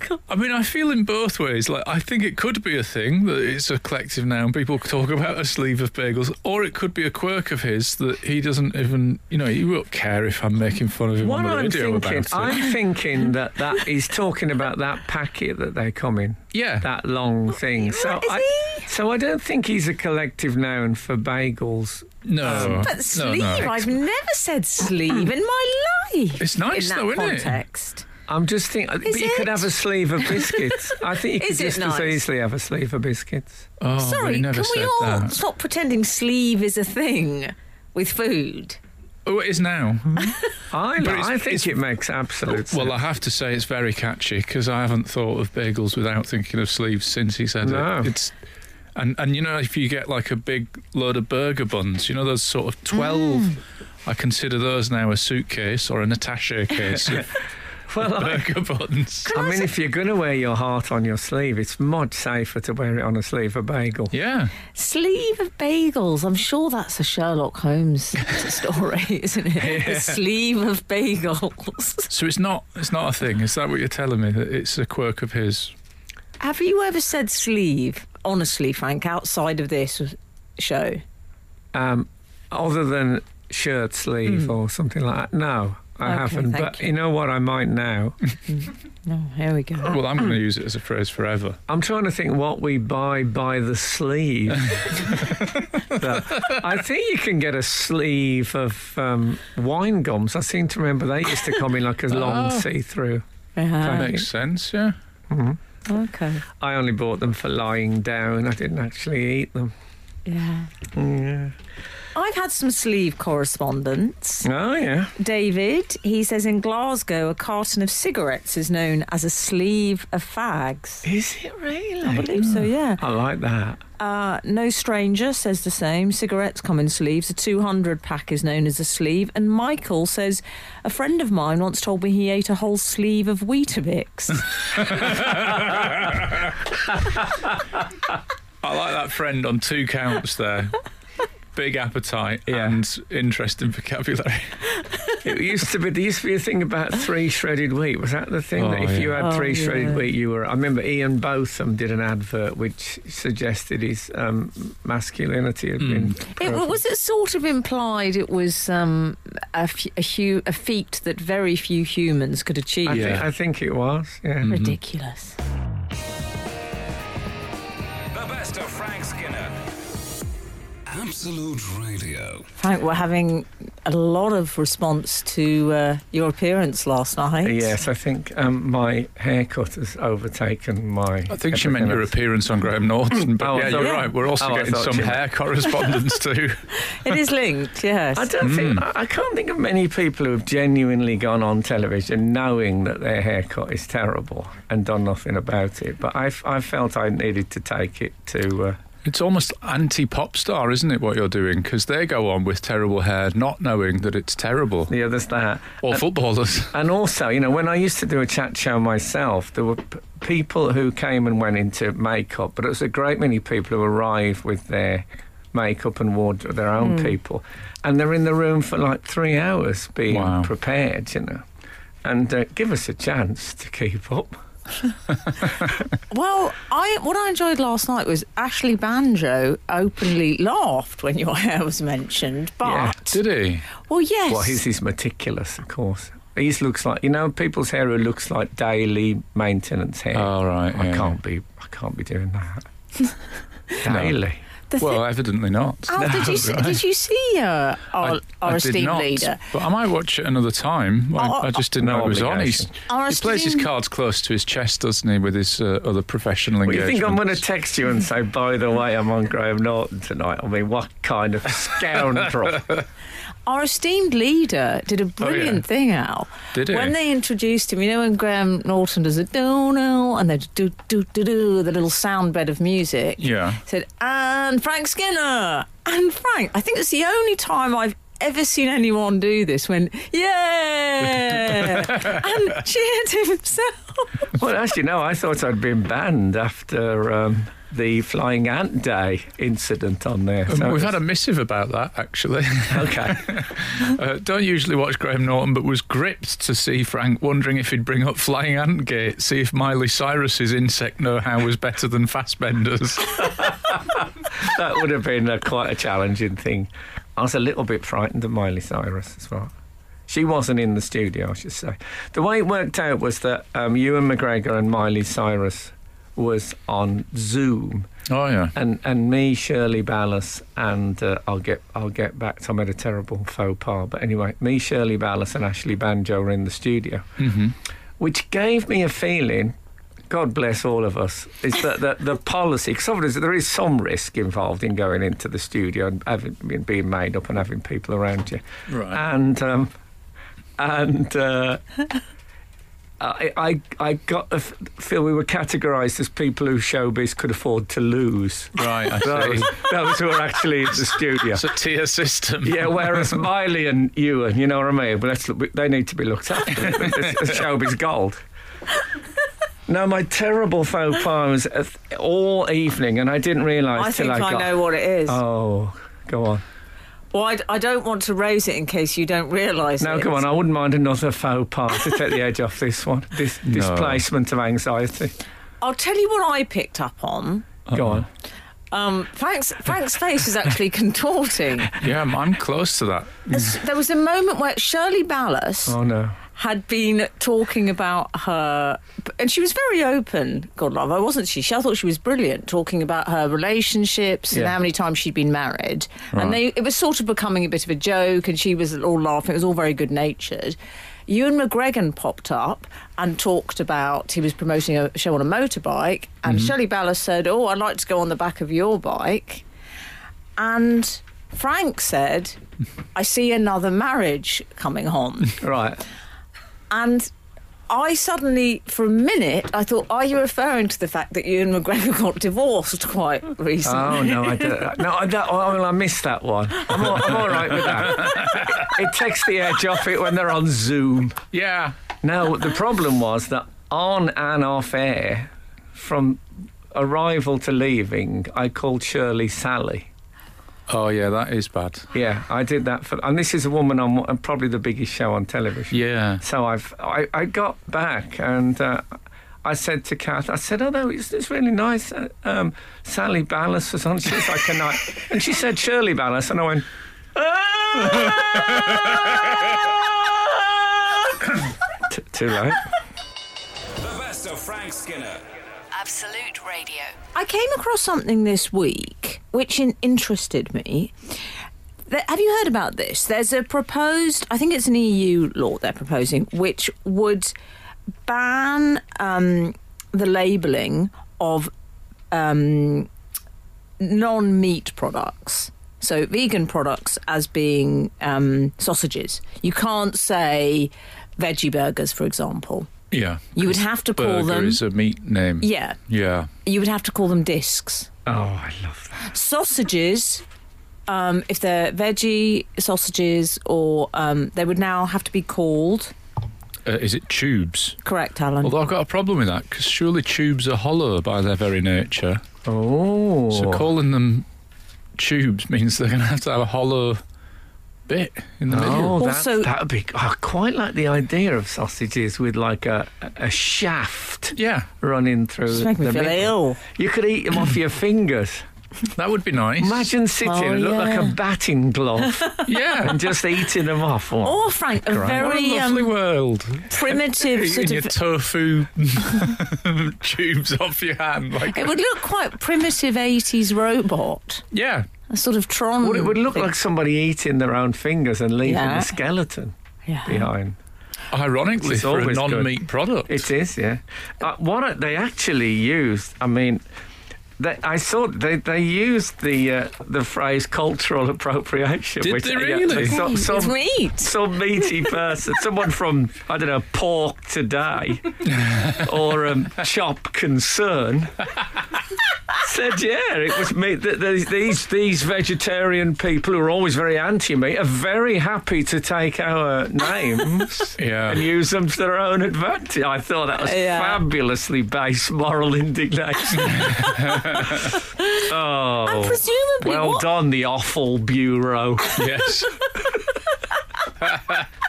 Speaker 5: bagel.
Speaker 4: I mean, I feel in both ways. Like, I think it could be a thing that it's a collective noun. People talk about a sleeve of bagels, or it could be a quirk of his that he doesn't even, you know, he won't care if I'm making fun of him
Speaker 3: What
Speaker 4: on the
Speaker 3: I'm
Speaker 4: radio
Speaker 3: thinking,
Speaker 4: about it.
Speaker 3: I'm thinking that that he's talking about that packet that they come in,
Speaker 4: yeah.
Speaker 3: that long thing. So
Speaker 5: Is
Speaker 3: I, so I don't think he's a collective noun for bagels.
Speaker 4: no.
Speaker 5: But
Speaker 4: no,
Speaker 5: sleeve,
Speaker 4: no.
Speaker 5: I've never said sleeve in my life.
Speaker 4: It's nice
Speaker 5: in that
Speaker 4: though, isn't it?
Speaker 5: context.
Speaker 3: I'm just thinking, but you could
Speaker 5: it?
Speaker 3: have a sleeve of biscuits. I think you could
Speaker 5: Is it
Speaker 3: just
Speaker 5: nice?
Speaker 3: as easily have a sleeve of biscuits.
Speaker 4: Oh, but he
Speaker 5: Sorry,
Speaker 4: never
Speaker 5: can we
Speaker 4: said
Speaker 5: all
Speaker 4: that.
Speaker 5: stop pretending sleeve is a thing with food?
Speaker 4: Oh, it is now.
Speaker 3: I,
Speaker 4: But
Speaker 3: li-
Speaker 4: it's-
Speaker 3: I think
Speaker 4: it's-
Speaker 3: it makes absolute sense.
Speaker 4: Well, I have to say it's very catchy because I haven't thought of bagels without thinking of sleeves since he said
Speaker 3: No.
Speaker 4: it. It's And and you know if you get like a big load of burger buns, you know those sort of twelve.
Speaker 3: Mm.
Speaker 4: I consider those now a suitcase or an attaché case of
Speaker 3: Well, I,
Speaker 4: burger buns.
Speaker 3: I mean, if you're going to wear your heart on your sleeve, it's much safer to wear it on a sleeve of bagel.
Speaker 4: Yeah,
Speaker 5: Sleeve of bagels. I'm sure that's a Sherlock Holmes story, isn't it? The sleeve of bagels.
Speaker 4: so it's not it's not a thing. Is that what you're telling me? That it's a quirk of his?
Speaker 5: Have you ever said sleeve, honestly, Frank, outside of this show?
Speaker 3: um, other than shirt sleeve or something like that. No, I
Speaker 5: Okay,
Speaker 3: haven't.
Speaker 5: thank
Speaker 3: But
Speaker 5: you.
Speaker 3: you. know what? I might now.
Speaker 5: No, here we go.
Speaker 4: Well, I'm going to use it as a phrase forever.
Speaker 3: I'm trying to think what we buy by the sleeve. But I think you can get a sleeve of um, wine gums. I seem to remember they used to come in like a long
Speaker 4: Oh.
Speaker 3: see-through.
Speaker 5: Yeah,
Speaker 4: That
Speaker 3: Right.
Speaker 4: makes sense. Yeah.
Speaker 5: okay.
Speaker 3: I only bought them for lying down. I didn't actually eat them.
Speaker 5: Yeah.
Speaker 3: Yeah.
Speaker 5: I've had some sleeve correspondence.
Speaker 3: Oh yeah.
Speaker 5: David, he says in Glasgow, a carton of cigarettes is known as a sleeve of fags.
Speaker 3: Is it really?
Speaker 5: I believe so, yeah.
Speaker 3: I like that.
Speaker 5: Uh, no stranger says the same. Cigarettes come in sleeves. A 200 pack is known as a sleeve. And Michael says, a friend of mine once told me he ate a whole sleeve of Weetabix.
Speaker 4: I like that friend on two counts there. Big appetite
Speaker 3: Yeah.
Speaker 4: and interesting vocabulary.
Speaker 3: It used to be. There used to be a thing about three shredded wheat. Was that the thing that
Speaker 4: Oh,
Speaker 3: if you had
Speaker 4: yeah.
Speaker 5: Oh,
Speaker 3: three shredded
Speaker 5: yeah.
Speaker 3: wheat, you were? I remember Ian Botham did an advert which suggested his um, masculinity had been.
Speaker 4: Mm.
Speaker 5: It,
Speaker 3: profiled.
Speaker 5: was it sort of implied it was um, a, f- a, hu- a feat that very few humans could achieve?
Speaker 3: I,
Speaker 4: Yeah. Mm.
Speaker 3: think, I think it was. Yeah.
Speaker 5: Ridiculous.
Speaker 1: The best of Frank Skinner. Absolute Radio.
Speaker 5: Frank, we're having a lot of response to uh, your appearance last night.
Speaker 3: Yes, I think um, my haircut has overtaken my.
Speaker 4: I think she meant your
Speaker 3: everything
Speaker 4: appearance on Graham Norton, but
Speaker 3: Oh, I
Speaker 4: yeah,
Speaker 3: thought-
Speaker 4: you're right. We're also
Speaker 3: Oh, I
Speaker 4: getting
Speaker 3: thought
Speaker 4: some
Speaker 3: you-
Speaker 4: hair correspondence too.
Speaker 5: It is linked, yes.
Speaker 3: else. I
Speaker 4: Mm.
Speaker 3: don't think I I can't think of many people who have genuinely gone on television knowing that their haircut is terrible and done nothing about it. But I, f- I felt I needed to take it to. Uh,
Speaker 4: It's almost anti pop star, isn't it, what you're doing? Because they go on with terrible hair, not knowing that it's terrible.
Speaker 3: the others that.
Speaker 4: Or footballers.
Speaker 3: And also, you know, when I used to do a chat show myself, there were p- people who came and went into makeup, but it was a great many people who arrived with their makeup and wardrobe, their own
Speaker 4: Hmm.
Speaker 3: people. And they're in the room for like three hours being
Speaker 4: Wow.
Speaker 3: prepared, you know. And uh, give us a chance to keep up.
Speaker 5: well, I what I enjoyed last night was Ashley Banjo openly laughed when your hair was mentioned.
Speaker 3: Yeah.
Speaker 5: But
Speaker 4: Did he?
Speaker 5: well, yes,
Speaker 3: Well, his is meticulous, of course. His looks like, you know, people's hair who looks like daily maintenance hair.
Speaker 4: Oh, right,
Speaker 3: I
Speaker 4: yeah.
Speaker 3: can't be, I can't be doing that. daily.
Speaker 5: the thi-
Speaker 4: Well, evidently not.
Speaker 5: Al, Oh, did you see, did you see uh, our, our
Speaker 4: did
Speaker 5: esteemed
Speaker 4: not,
Speaker 5: leader?
Speaker 4: But I might watch it another time. I,
Speaker 5: Oh,
Speaker 4: I just didn't
Speaker 3: No
Speaker 4: know it was on. He's,
Speaker 3: obligation.
Speaker 5: Our
Speaker 4: he plays his
Speaker 5: esteemed-
Speaker 4: cards close to his chest, doesn't he, with his uh, other professional
Speaker 3: Well, you
Speaker 4: engagements?
Speaker 3: think I'm going to text you and say, by the way, I'm on Graham Norton tonight? I mean, what kind of scoundrel?
Speaker 5: Our esteemed leader did a brilliant thing, Al.
Speaker 4: Did he?
Speaker 5: When they introduced him, you know, when Graham Norton does a do no and they do do do do the little sound bed of music.
Speaker 4: Yeah.
Speaker 5: Said and Frank Skinner and Frank. I think it's the only time I've ever seen anyone do this. When yeah, and cheered himself.
Speaker 3: well, actually, no, I thought I'd been banned after um, the Flying Ant Day incident on there.
Speaker 4: Um,
Speaker 3: So
Speaker 4: We've had
Speaker 3: it's-
Speaker 4: a missive about that, actually.
Speaker 3: Okay.
Speaker 4: uh, don't usually watch Graham Norton, but was gripped to see Frank wondering if he'd bring up Flying Ant Gate, see if Miley Cyrus's insect know how was better than Fassbender's.
Speaker 3: that would have been uh, quite a challenging thing. I was a little bit frightened of Miley Cyrus as well. She wasn't in the studio, I should say. The way it worked out was that um, Ewan McGregor and Miley Cyrus was on Zoom.
Speaker 4: oh, yeah.
Speaker 3: and and me, Shirley Ballas, and uh, I'll get I'll get back. to I made a terrible faux pas, but anyway, me, Shirley Ballas, and Ashley Banjo were in the studio,
Speaker 4: hmm
Speaker 3: which gave me a feeling. God bless all of us. Is that the, the policy? Because there is some risk involved in going into the studio and having, being made up and having people around you
Speaker 4: Right.
Speaker 3: and um, and uh, I, I, I got the f- feel we were categorised as people who showbiz could afford to lose.
Speaker 4: Right, I
Speaker 3: That
Speaker 4: see.
Speaker 3: was, that was who were actually in the studio.
Speaker 4: It's a tier system.
Speaker 3: Yeah, whereas Miley and Ewan, you know what I mean? But let's look, they need to be looked after. it's, it's showbiz gold. No, my terrible faux pas was uh, all evening, and I didn't realise
Speaker 5: I
Speaker 3: till
Speaker 5: think I,
Speaker 3: got.
Speaker 5: know what it is.
Speaker 3: Oh, go on.
Speaker 5: well, I, I don't want to raise it in case you don't realise.
Speaker 3: No,
Speaker 5: it.
Speaker 3: come on. I wouldn't mind another faux pas to take the edge off this one. This displacement of anxiety.
Speaker 5: I'll tell you what I picked up on.
Speaker 3: Go on.
Speaker 5: Um, Frank's, Frank's face is actually contorting.
Speaker 4: Yeah, I'm, I'm close to that.
Speaker 5: There's- there was a moment where Shirley Ballas
Speaker 3: Oh no.
Speaker 5: had been talking about her, and she was very open. God love her, wasn't she? She I thought she was brilliant talking about her relationships and
Speaker 3: Yeah.
Speaker 5: how many times she'd been married, and they it was sort of becoming a bit of a joke, and she was all laughing. It was all very good natured. Ewan McGregor popped up and talked about he was promoting a show on a motorbike, and Shelley Ballas said, "Oh, I'd like to go on the back of your bike," and Frank said, "I see another marriage coming on."
Speaker 3: Right.
Speaker 5: And I suddenly, for a minute, I thought, are you referring to the fact that you and McGregor got divorced quite recently?
Speaker 3: Oh no, I don't. No, I, that, oh, well, I missed that one. I'm all, I'm all right with that. It, it takes the edge off it when they're on Zoom.
Speaker 4: Yeah.
Speaker 3: No, the problem was that on and off air, from arrival to leaving, I called Shirley Sally.
Speaker 4: Oh, yeah, that is bad.
Speaker 3: Yeah, I did that for, and this is a woman on one- probably the biggest show on television.
Speaker 4: Yeah.
Speaker 3: So I've I, I got back and uh, I said to Kath, I said, oh no, it's, it's really nice. Uh, um, Sally Ballas was on. She was like a night, and she said Shirley Ballas, and I went. "Ah!" T- too late.
Speaker 1: The best of Frank Skinner.
Speaker 6: Absolute Radio.
Speaker 5: I came across something this week which in- interested me. Th- Have you heard about this? There's a proposed, I think it's an EU law they're proposing, which would ban um, the labelling of um, non meat products. So, vegan products as being um, sausages. You can't say veggie burgers, for example.
Speaker 4: Yeah.
Speaker 5: You would have to call
Speaker 4: Burger
Speaker 5: them.
Speaker 4: is a meat name.
Speaker 5: yeah,
Speaker 4: Yeah.
Speaker 5: you would have to call them discs
Speaker 3: Oh, I love that.
Speaker 5: sausages um, if they're veggie sausages or um, they would now have to be called
Speaker 4: Uh, is it tubes?
Speaker 5: correct alan
Speaker 4: Although I've got a problem with that because surely tubes are hollow by their very nature.
Speaker 3: Oh,
Speaker 4: So calling them tubes means they're going to have to have a hollow bit in the middle.
Speaker 3: oh,
Speaker 5: Also-
Speaker 3: that, that would be. I quite like the idea of sausages with like a a shaft
Speaker 4: Yeah,
Speaker 3: running through.
Speaker 5: Just make me
Speaker 3: the
Speaker 5: feel
Speaker 3: middle.
Speaker 5: ill
Speaker 3: You could eat them off your fingers.
Speaker 4: that would be nice.
Speaker 3: Imagine sitting
Speaker 5: Oh,
Speaker 3: and look like
Speaker 5: yeah.
Speaker 3: a batting glove
Speaker 4: Yeah.
Speaker 3: and just eating them off. What?
Speaker 5: or Oh, frank a
Speaker 4: What a
Speaker 5: very
Speaker 4: lovely
Speaker 5: um,
Speaker 4: world.
Speaker 5: primitive
Speaker 4: Eating
Speaker 5: sort
Speaker 4: your
Speaker 5: of
Speaker 4: tofu tubes off your hand. Like,
Speaker 5: it would look quite primitive 80s robot
Speaker 4: yeah.
Speaker 5: a sort of tron
Speaker 3: Well, it would look
Speaker 5: thing.
Speaker 3: like somebody eating their own fingers and leaving
Speaker 5: Yeah.
Speaker 3: the skeleton
Speaker 5: yeah.
Speaker 3: behind.
Speaker 4: Ironically,
Speaker 3: It's
Speaker 4: for a
Speaker 3: always good.
Speaker 4: non meat product.
Speaker 3: It is, yeah. Uh, what are- they actually used, I mean, they, I saw they, they used the uh, the phrase cultural appropriation.
Speaker 4: Did they really?
Speaker 3: so-
Speaker 5: Hey,
Speaker 3: some-
Speaker 5: it's meat
Speaker 3: some meaty person, someone from I don't know Pork Today or um, Chop Concern, said, "Yeah, it was meat." Th- th- These these vegetarian people who are always very anti-meat are very happy to take our names
Speaker 4: Yeah.
Speaker 3: and use them to their own advantage. I thought that was
Speaker 5: Yeah.
Speaker 3: fabulously base moral indignation.
Speaker 5: and
Speaker 3: oh.
Speaker 5: presumably
Speaker 3: Well
Speaker 5: what,
Speaker 3: done, the Offal Bureau.
Speaker 4: yes.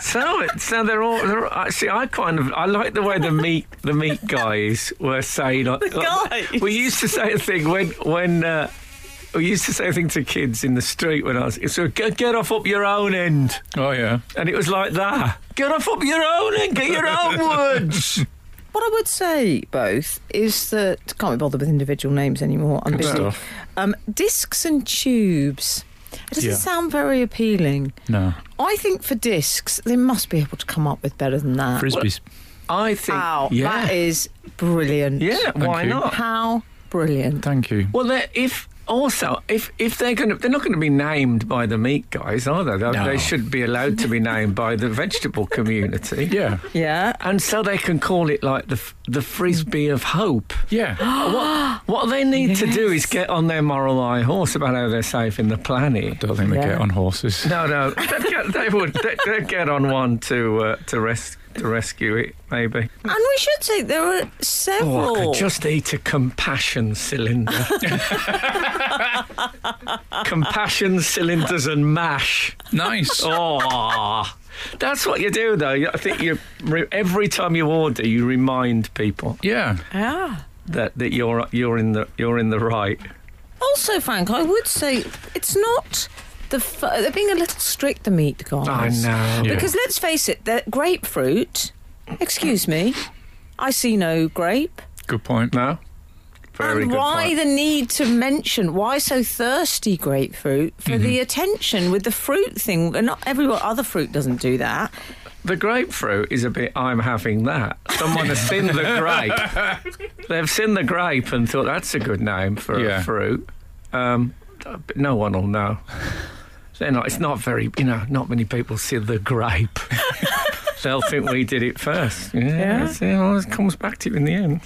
Speaker 3: So, it- so they're all. They're, all- see, I kind of I like the way the meat the meat guys were saying. The
Speaker 5: guys.
Speaker 3: We used to say a thing when when. Uh, we used to say a thing to kids in the street when I was. It's like, get, get off up your own end,
Speaker 4: Oh, yeah.
Speaker 3: and it was like that. Get off up your own end, get your own woods.
Speaker 5: what i would say both is that can't be bothered with individual names anymore i'm
Speaker 4: Good
Speaker 5: busy
Speaker 4: stuff.
Speaker 5: Um, discs and tubes. It doesn't
Speaker 4: Yeah.
Speaker 5: sound very appealing.
Speaker 4: No.
Speaker 5: I think for discs, they must be able to come up with better than that.
Speaker 4: Frisbees.
Speaker 3: I think.
Speaker 5: Wow,
Speaker 3: yeah,
Speaker 5: that is brilliant.
Speaker 3: yeah. Why
Speaker 4: you.
Speaker 3: not?
Speaker 5: How brilliant.
Speaker 4: Thank you.
Speaker 3: Well, there- if also, if if they're going to, they're not going to be named by the meat guys, are they? They,
Speaker 2: No.
Speaker 3: they should be allowed to be named by the vegetable community.
Speaker 4: Yeah,
Speaker 5: Yeah.
Speaker 3: And so they can call it like the f- the frisbee of hope.
Speaker 4: yeah.
Speaker 3: What what they need to do is get on their moral high horse about how they're saving the planet.
Speaker 4: Don't think they
Speaker 5: Yeah.
Speaker 4: get on horses.
Speaker 3: No, no, they'd get, they would they'd, they'd get on one to uh, to res- to rescue it, maybe.
Speaker 5: And we should say there are several.
Speaker 3: Oh, I could just eat a compassion cylinder. compassion cylinders and mash.
Speaker 4: Nice.
Speaker 3: Oh, that's what you do, though. You- I think you re- every time you order, you remind people
Speaker 4: Yeah.
Speaker 5: Ah.
Speaker 3: that, that you're you're in the you're in the right.
Speaker 5: Also, Frank, I would say it's not the. F- they're being a little strict, the meat guys.
Speaker 3: know.
Speaker 4: Yeah.
Speaker 5: Because let's face it, the grapefruit. Excuse me, I see no grape.
Speaker 4: Good point.
Speaker 3: No, very
Speaker 5: and
Speaker 3: good.
Speaker 5: why
Speaker 3: point.
Speaker 5: the need to mention why so thirsty grapefruit for the
Speaker 3: Mm-hmm.
Speaker 5: attention with the fruit thing? And Not every other fruit doesn't do that.
Speaker 3: The grapefruit is a bit. I'm having that. Someone has seen the grape. They've seen the grape and thought that's a good name for
Speaker 4: Yeah.
Speaker 3: a fruit. Um, but no one will know. They're not. It's not very. You know, not many people see the grape. They'll think we did it first. Yeah, see, it always comes back to you in the end.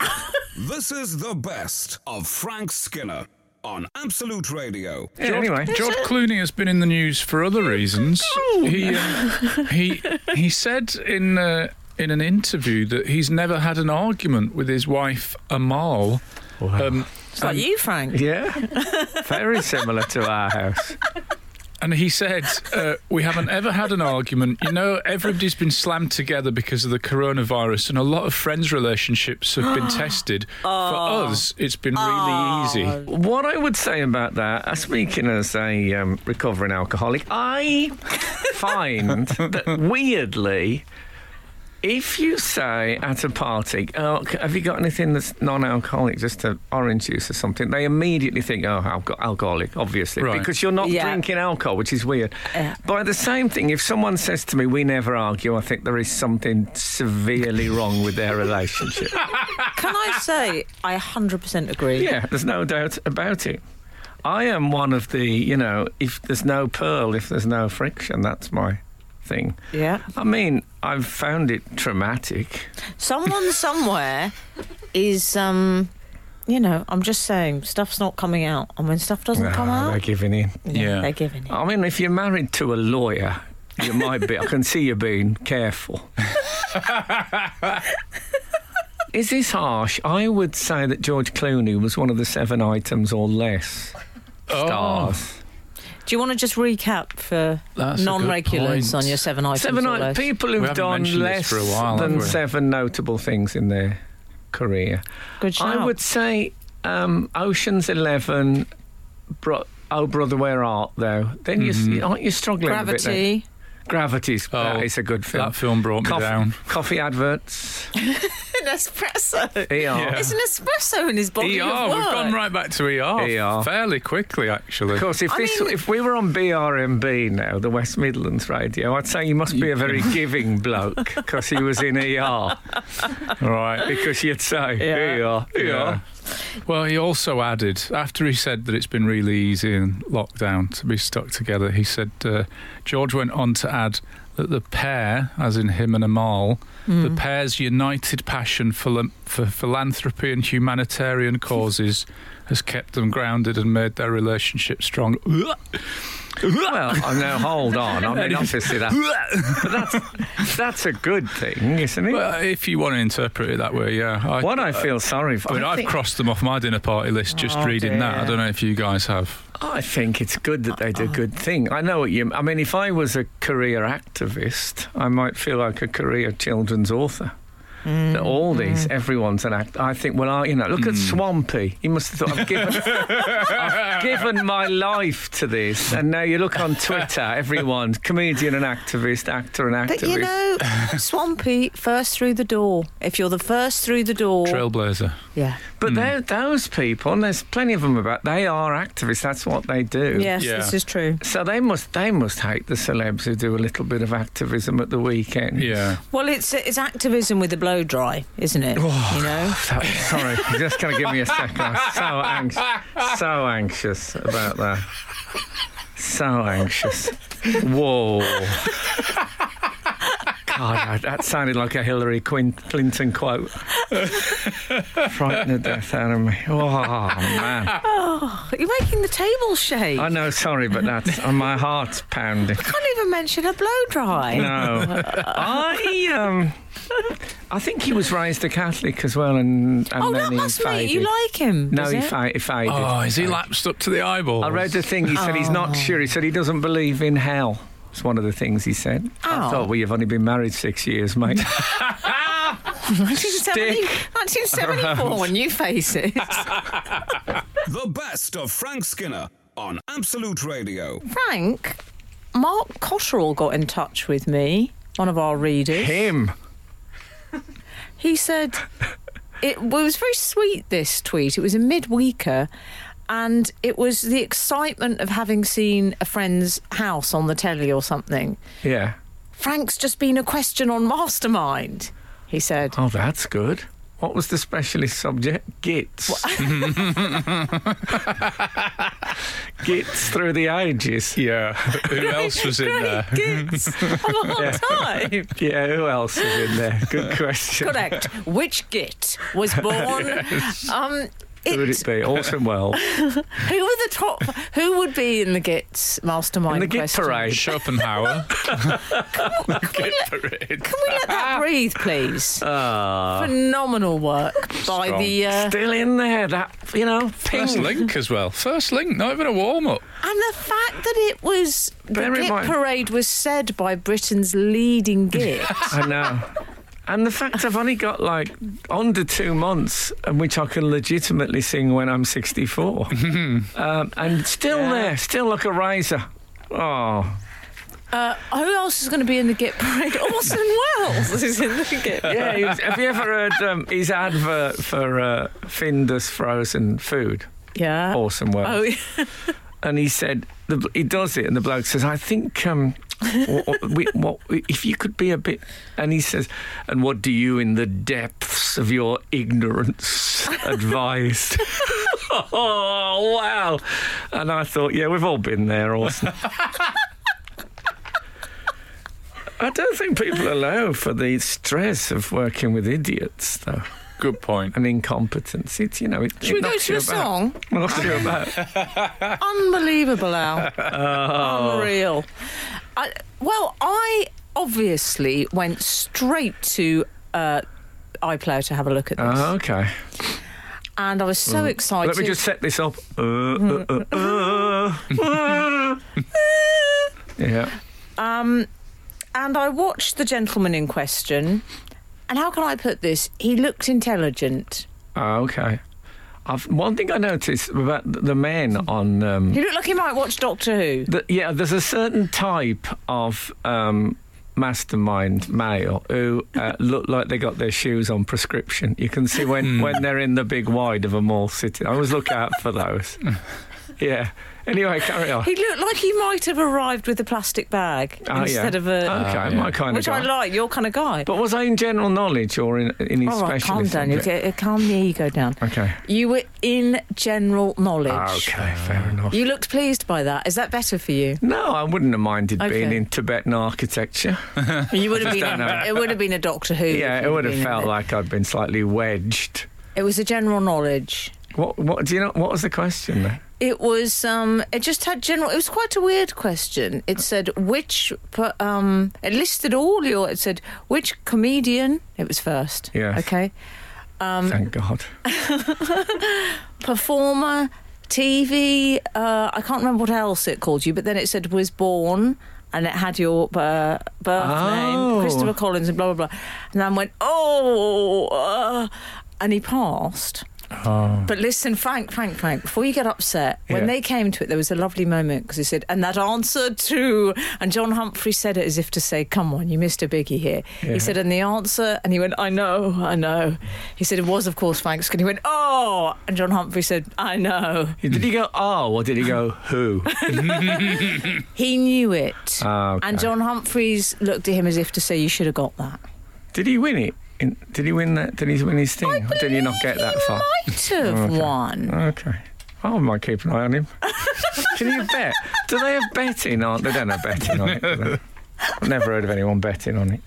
Speaker 1: This is the best of Frank Skinner on Absolute Radio.
Speaker 3: Yeah, anyway,
Speaker 4: George Clooney has been in the news for other reasons. He uh, he he said in uh, in an interview that he's never had an argument with his wife Amal. Um,
Speaker 5: It's like you, Frank.
Speaker 3: yeah, very similar to our house.
Speaker 4: and he said, uh, "We haven't ever had an argument. You know, everybody's been slammed together because of the coronavirus, and a lot of friends' relationships have been tested. For us, it's been really easy.
Speaker 3: What I would say about that, uh, speaking as a um, recovering alcoholic, I find that weirdly, if you say at a party, oh, c- have you got anything that's non alcoholic, just an orange juice or something, they immediately think, oh, I've got alcoholic, obviously,
Speaker 4: Right.
Speaker 3: because you're not
Speaker 5: Yeah.
Speaker 3: drinking alcohol, which is weird.
Speaker 5: Yeah.
Speaker 3: By the same thing, if someone says to me, we never argue, I think there is something severely wrong with their relationship.
Speaker 5: Can I say I 100% agree?
Speaker 3: Yeah, there's no doubt about it. I am one of the, you know, if there's no pearl, if there's no friction, that's my thing.
Speaker 5: Yeah.
Speaker 3: I mean, I've found it traumatic.
Speaker 5: Someone somewhere is, um, you know, I'm just saying, stuff's not coming out. And when stuff doesn't come
Speaker 3: Ah, They're
Speaker 5: out,
Speaker 3: giving in.
Speaker 4: Yeah.
Speaker 5: they're giving it.
Speaker 3: I mean, if you're married to a lawyer, you might be. I can see you being careful. Is this harsh? I would say that George Clooney was one of the seven items or less stars.
Speaker 5: Do you want to just recap for
Speaker 4: That's a good
Speaker 5: non regulars
Speaker 4: point.
Speaker 5: on your seven items?
Speaker 3: Seven
Speaker 5: or
Speaker 3: i-
Speaker 5: less?
Speaker 3: people
Speaker 4: We
Speaker 3: who've
Speaker 4: haven't
Speaker 3: done
Speaker 4: mentioned
Speaker 3: less
Speaker 4: this for a while,
Speaker 3: than
Speaker 4: have we?
Speaker 3: seven notable things in their career.
Speaker 5: Good shout.
Speaker 3: I would say um, Ocean's Eleven. Bro- oh, brother, where art thou? Then you s- aren't you struggling a bit?
Speaker 5: Gravity.
Speaker 3: There? Gravity's
Speaker 4: Mm-hmm. Oh,
Speaker 3: that is a good film.
Speaker 4: That film brought me
Speaker 3: Coff-
Speaker 4: down.
Speaker 3: Coffee adverts.
Speaker 5: An espresso.
Speaker 3: ER.
Speaker 4: Yeah.
Speaker 5: It's an espresso in his
Speaker 4: ER,
Speaker 3: E
Speaker 4: we've
Speaker 5: body. of work.
Speaker 4: gone right back to ER,
Speaker 3: ER.
Speaker 4: fairly quickly, actually.
Speaker 3: Of course, if
Speaker 5: I
Speaker 3: this
Speaker 5: mean-
Speaker 3: if we were on BRMB now, the West Midlands radio, I'd say you must be a very giving bloke because he was in ER.
Speaker 4: Right.
Speaker 3: Because you'd say ER, ER.
Speaker 4: Yeah. Well, he also added, after he said that it's been really easy in lockdown to be stuck together, he said, uh, George went on to add that the pair, as in him and Amal, the pair's united passion for, lam- for philanthropy and humanitarian causes has kept them grounded and made their relationship strong.
Speaker 3: Well, I know. Hold on. I mean, obviously that, but that's that's a good thing, isn't it?
Speaker 4: Well, if you want to interpret it that way, yeah. I,
Speaker 3: what I feel sorry for.
Speaker 4: I mean, I've
Speaker 3: think,
Speaker 4: crossed them off my dinner party list just
Speaker 5: Oh,
Speaker 4: reading that. I
Speaker 5: dear.
Speaker 4: don't know if you guys have.
Speaker 3: I think it's good that they
Speaker 4: Uh-uh.
Speaker 3: do good thing. I know what you. I mean, if I was a career activist, I might feel like a career children's author.
Speaker 4: Mm.
Speaker 3: That All
Speaker 4: Mm-hmm.
Speaker 3: these, everyone's an act. I think. Well, I, you know, look at Swampy. You must have thought I've given, I've given my life to this, and now you look on Twitter. Everyone, comedian and activist, actor and activist.
Speaker 5: But you know, Swampy, first through the door. If you're the first through the door.
Speaker 4: Trailblazer.
Speaker 5: Yeah.
Speaker 3: But they're those people, and there's plenty of them about. They are activists. That's what they do.
Speaker 5: Yes,
Speaker 4: Yeah.
Speaker 5: this is true.
Speaker 3: So they must they must hate the celebs who do a little bit of activism at the weekend.
Speaker 4: Yeah.
Speaker 5: Well, it's it's activism with a blow blow dry, isn't it?
Speaker 3: Oh.
Speaker 5: you know?
Speaker 3: So- sorry, you're just going to give me a second. I'm so, anx- so anxious about that. So anxious. Whoa. God, I- that sounded like a Hillary Quin- Clinton quote. Frightened the death out of me. Oh, man.
Speaker 5: You're making the table shake.
Speaker 3: I
Speaker 5: I
Speaker 3: know, sorry, but that's. uh, my heart's pounding.
Speaker 5: can't even mention a blow dry.
Speaker 3: No. I, um. I think he was raised a Catholic as well, and, and
Speaker 5: Oh,
Speaker 3: then
Speaker 5: that
Speaker 3: he
Speaker 5: must
Speaker 3: faded.
Speaker 5: make you like him.
Speaker 3: No,
Speaker 5: does
Speaker 3: he,
Speaker 5: it?
Speaker 3: fa- he faded.
Speaker 4: Oh, is he lapsed up to the eyeball?
Speaker 3: I read the thing. He said he's
Speaker 5: Oh.
Speaker 3: not sure. He said he doesn't believe in hell. It's one of the things he said. I
Speaker 5: Ow.
Speaker 3: thought, well, you've only been married six years, mate.
Speaker 5: 1970 1974 when you face it.
Speaker 1: The best of Frank Skinner on Absolute Radio.
Speaker 5: Frank, Mark Cotterell got in touch with me, one of our readers.
Speaker 3: Him.
Speaker 5: He said it was very sweet, this tweet. It was a midweeker, and it was the excitement of having seen a friend's house on the telly or something.
Speaker 3: Yeah.
Speaker 5: Frank's just been a question on Mastermind, he said.
Speaker 3: Oh, that's good. What was the specialist subject? Gits. Gits through the ages.
Speaker 4: Yeah. Who else was in
Speaker 3: uh,
Speaker 4: there?
Speaker 5: Great gigs of all time.
Speaker 3: Yeah, who else is in there? Good question.
Speaker 5: Correct. Which git was born? Um,
Speaker 3: Who would it be? Orson Welles.
Speaker 5: Who are the top? Who would be in the Gits mastermind?
Speaker 3: In the Git
Speaker 5: question?
Speaker 3: parade.
Speaker 4: Schopenhauer.
Speaker 5: Can we, let, can we let that breathe, please?
Speaker 3: Uh.
Speaker 5: Phenomenal work by the uh,
Speaker 3: Ah, Still in there. That, you know,
Speaker 4: First
Speaker 3: ping.
Speaker 4: link as well. First link, not even a warm up.
Speaker 5: and the fact that it was
Speaker 3: Bear
Speaker 5: the
Speaker 3: in
Speaker 5: Git
Speaker 3: mind-
Speaker 5: parade was said by Britain's leading Git.
Speaker 3: I know. And the fact I've only got like under two months, and which I can legitimately sing when I'm 64, um, and still there, still like a razor. Oh,
Speaker 5: uh, who else is going to be in the Git parade? Orson Welles is in the Git.
Speaker 3: yeah. he was- have you ever heard um, his advert for uh, Finder's frozen food?
Speaker 5: Yeah.
Speaker 3: Awesome work.
Speaker 5: Oh, yeah.
Speaker 3: And he said the, he does it, and the bloke says, "I think um, w- w- we, what, if you could be a bit." And he says, "And what do you, in the depths of your ignorance, advise?" oh wow! And I thought, yeah, we've all been there, Orson. I don't think people allow for the stress of working with idiots, though,
Speaker 4: Good point.
Speaker 3: and incompetence. It's you know, it,
Speaker 5: Should
Speaker 3: it
Speaker 5: we go
Speaker 3: knocks
Speaker 5: to
Speaker 3: you
Speaker 5: a
Speaker 3: about.
Speaker 5: song?
Speaker 3: Knocks you about.
Speaker 5: Unbelievable, Al.
Speaker 3: Oh.
Speaker 5: Unreal. I, well, I obviously went straight to uh, iPlayer to have a look at this,
Speaker 3: Oh, okay.
Speaker 5: and I was so excited.
Speaker 3: Mm. Let me just set this up. Uh, uh, uh, uh. yeah.
Speaker 5: Um, and I watched the gentleman in question, and how can I put this? He looked intelligent.
Speaker 3: Oh, okay. I've, one thing I noticed about the men on. Um,
Speaker 5: He looked like he might watch Doctor Who.
Speaker 3: the, yeah, there's a certain type of um, mastermind male who uh, look like they got their shoes on prescription. You can see
Speaker 4: Hmm.
Speaker 3: when, when they're in the big wide of a mall city. I always look out for those. yeah. Anyway, carry on.
Speaker 5: He looked like he might have arrived with a plastic bag
Speaker 3: Oh, yeah.
Speaker 5: instead of a.
Speaker 3: Okay,
Speaker 4: Ah, yeah.
Speaker 3: my kind
Speaker 5: which
Speaker 3: of guy.
Speaker 5: I like, your kind of guy.
Speaker 3: But was I in general knowledge or in, in his
Speaker 5: All right, Oh, calm
Speaker 3: specialist?
Speaker 5: down. You
Speaker 3: subject?
Speaker 5: get, calm your ego down.
Speaker 3: Okay.
Speaker 5: You were in general knowledge.
Speaker 3: Okay, fair enough.
Speaker 5: You looked pleased by that. Is that better for you?
Speaker 3: No, I wouldn't have minded being
Speaker 5: Okay.
Speaker 3: in Tibetan architecture.
Speaker 5: You would have been.
Speaker 3: don't know.
Speaker 5: A, it would have been a Doctor Who.
Speaker 3: yeah,
Speaker 5: if
Speaker 3: it
Speaker 5: you'd
Speaker 3: would have
Speaker 5: been in
Speaker 3: felt
Speaker 5: it.
Speaker 3: like I'd been slightly wedged.
Speaker 5: it was a general knowledge.
Speaker 3: What? What? Do you know? What was the question there?
Speaker 5: It was. Um, it just had general. It was quite a weird question. It said which. per- Um, it listed all your. It said which comedian. It was first.
Speaker 3: Yes.
Speaker 5: Okay. Um,
Speaker 3: Thank God.
Speaker 5: Performer, TV. Uh, I can't remember what else it called you, but then it said was born. And it had your uh, birth
Speaker 3: Oh.
Speaker 5: name, Christopher Collins, and blah blah blah. And then went, oh, uh, and he passed.
Speaker 4: Oh.
Speaker 5: But listen, Frank, Frank, Frank, before you get upset, when
Speaker 3: Yeah.
Speaker 5: they came to it, there was a lovely moment because he said, and that answer too. And John Humphrey said it as if to say, come on, you missed a biggie here.
Speaker 3: Yeah.
Speaker 5: He said, and the answer, and he went, I know, I know. He said, it was, of course, Frank's. And he went, oh. And John Humphrey said, I know.
Speaker 3: Did he go? Oh, or did he go? Who?
Speaker 5: He knew it.
Speaker 3: Ah, okay.
Speaker 5: And John Humphreys looked at him as if to say, you should have got that.
Speaker 3: Did he win it? In, did he win that? Did he win his thing? or did he not get that far? Oh,
Speaker 5: Might have won.
Speaker 3: Okay. I might keep an eye on him. Can you bet? Do they have betting on? They don't have betting on it. do they? I've never heard of anyone betting on it.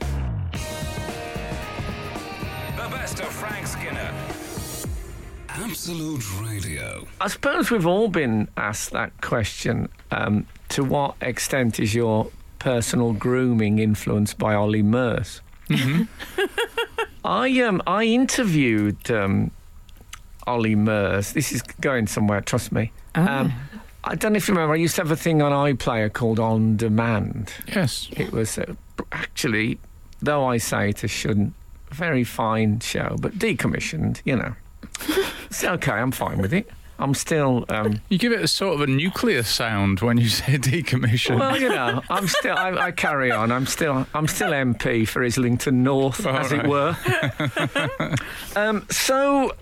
Speaker 1: The best of Frank Skinner. Absolute Radio.
Speaker 3: I suppose we've all been asked that question. Um, to what extent is your personal grooming influenced by Ollie Murs? I um, I interviewed um, Ollie Murs. This is going somewhere. Trust me. Um, I don't know if you remember. I used to have a thing on iPlayer called On Demand.
Speaker 4: Yes.
Speaker 3: It was uh, actually, though I say it, I shouldn't. Very fine show, but decommissioned. You know, it's okay. I'm fine with it. I'm still. Um,
Speaker 4: You give it a sort of a nuclear sound when you say decommission.
Speaker 3: well, you know, I'm still. I, I carry on. I'm still. I'm still MP for Islington North,
Speaker 4: All
Speaker 3: as it
Speaker 4: right.
Speaker 3: were. um, so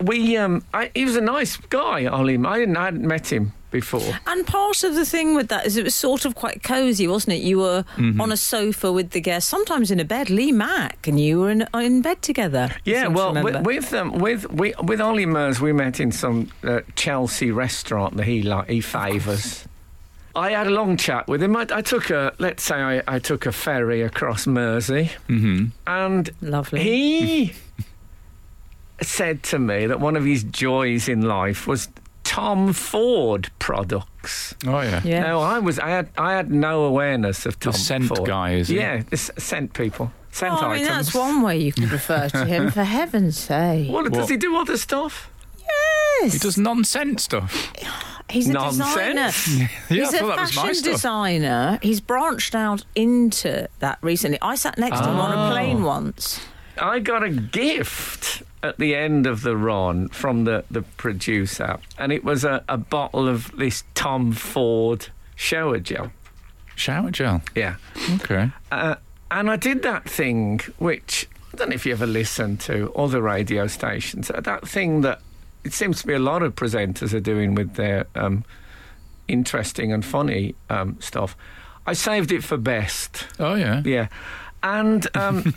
Speaker 3: we. Um, I, he was a nice guy, Olim. I didn't. I hadn't met him before.
Speaker 5: And part of the thing with that is it was sort of quite cozy, wasn't it? You were
Speaker 4: Mm-hmm.
Speaker 5: on a sofa with the guests, sometimes in a bed, Lee Mack, and you were in, in bed together. I
Speaker 3: Yeah,
Speaker 5: seem to
Speaker 3: well, with,
Speaker 5: remember.
Speaker 3: with um, with we, with Ollie Murs, we met in some uh, Chelsea restaurant that he like he favours. I had a long chat with him. I, I took a let's say I, I took a ferry across Mersey,
Speaker 4: Mm-hmm.
Speaker 3: and
Speaker 5: Lovely.
Speaker 3: he said to me that one of his joys in life was Tom Ford products.
Speaker 4: oh yeah.
Speaker 5: yeah.
Speaker 3: No, I was I had I had no awareness of Tom
Speaker 4: scent
Speaker 3: Ford.
Speaker 4: guy, is he?
Speaker 3: yeah, the s- scent people, scent
Speaker 5: Oh, I mean,
Speaker 3: items.
Speaker 5: that's one way you could refer to him, for heaven's sake.
Speaker 3: What, does
Speaker 4: What?
Speaker 3: he do other stuff?
Speaker 5: Yes.
Speaker 4: He does nonsense stuff.
Speaker 5: He's a
Speaker 3: Nonsense.
Speaker 4: Yeah,
Speaker 5: designer. He's
Speaker 4: I
Speaker 5: a
Speaker 4: thought that was
Speaker 5: fashion
Speaker 4: my stuff.
Speaker 5: designer. He's branched out into that recently. I sat next to him
Speaker 4: Oh.
Speaker 5: on a plane once.
Speaker 3: I got a gift at the end of the run from the, the producer, and it was a, a bottle of this Tom Ford shower gel.
Speaker 4: Shower gel.
Speaker 3: Yeah.
Speaker 4: Okay.
Speaker 3: Uh, and I did that thing, which I don't know if you ever listen to other radio stations, uh, that thing that it seems to be a lot of presenters are doing with their um, interesting and funny um, stuff. I saved it for best.
Speaker 4: Oh yeah.
Speaker 3: Yeah, and um,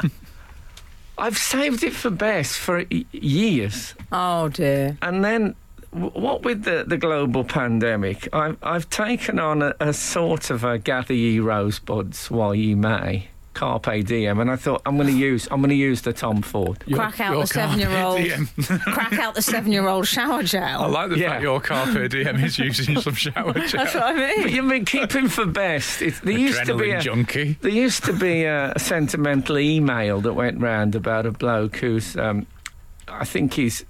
Speaker 3: I've saved it for best for y- years,
Speaker 5: Oh dear.
Speaker 3: and then w- what with the, the global pandemic, I've I've taken on a, a sort of a gather ye rosebuds while ye may. Carpe diem, and I thought I'm going to use I'm going to use the Tom Ford.
Speaker 4: Your-
Speaker 5: crack out
Speaker 4: your
Speaker 5: the seven-year-old.
Speaker 4: carpe diem.
Speaker 5: Crack out the seven-year-old shower gel.
Speaker 4: I like the
Speaker 3: Yeah.
Speaker 4: fact your carpe diem is using some shower gel.
Speaker 5: That's what I mean.
Speaker 3: But you've been keeping for best. It, there used to be
Speaker 4: Adrenaline
Speaker 3: a,
Speaker 4: junkie.
Speaker 3: There used to be a sentimental email that went round about a bloke who's, um, I think he's,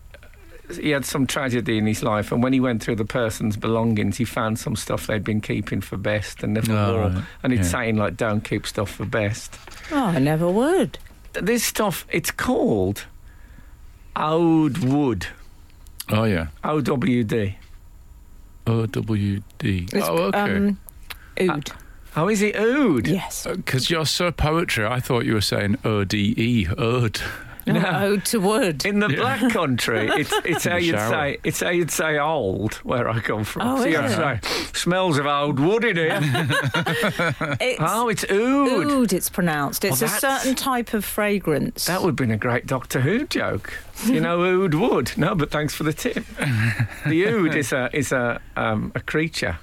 Speaker 3: he had some tragedy in his life, and when he went through the person's belongings, he found some stuff they'd been keeping for best and never
Speaker 4: Oh,
Speaker 3: wore,
Speaker 4: right.
Speaker 3: and he'd
Speaker 4: Yeah.
Speaker 3: saying like, "Don't keep stuff for best."
Speaker 5: Oh, I never would.
Speaker 3: This stuff, it's called old wood,
Speaker 4: Oh yeah.
Speaker 3: O W D.
Speaker 4: O W D.
Speaker 5: It's,
Speaker 4: Oh okay.
Speaker 5: Um, ood.
Speaker 3: Oh, is it oud?
Speaker 5: yes.
Speaker 4: Because you're so poetry, I thought you were saying O D E. Ode.
Speaker 5: Oh, Ode to wood.
Speaker 3: In the black country, it's, it's how
Speaker 4: the
Speaker 3: you'd
Speaker 4: shower.
Speaker 3: say it's how you'd say old where I come from.
Speaker 5: Oh,
Speaker 3: so
Speaker 5: is
Speaker 3: you'd say smells of old wood in here.
Speaker 5: It's
Speaker 3: oh, it's ood.
Speaker 5: ood. It's pronounced. It's
Speaker 3: Oh,
Speaker 5: a
Speaker 3: that's-
Speaker 5: certain type of fragrance.
Speaker 3: That would have been a great Doctor Who joke. You know, ood wood. No, but thanks for the tip. The ood is a is a um, a creature.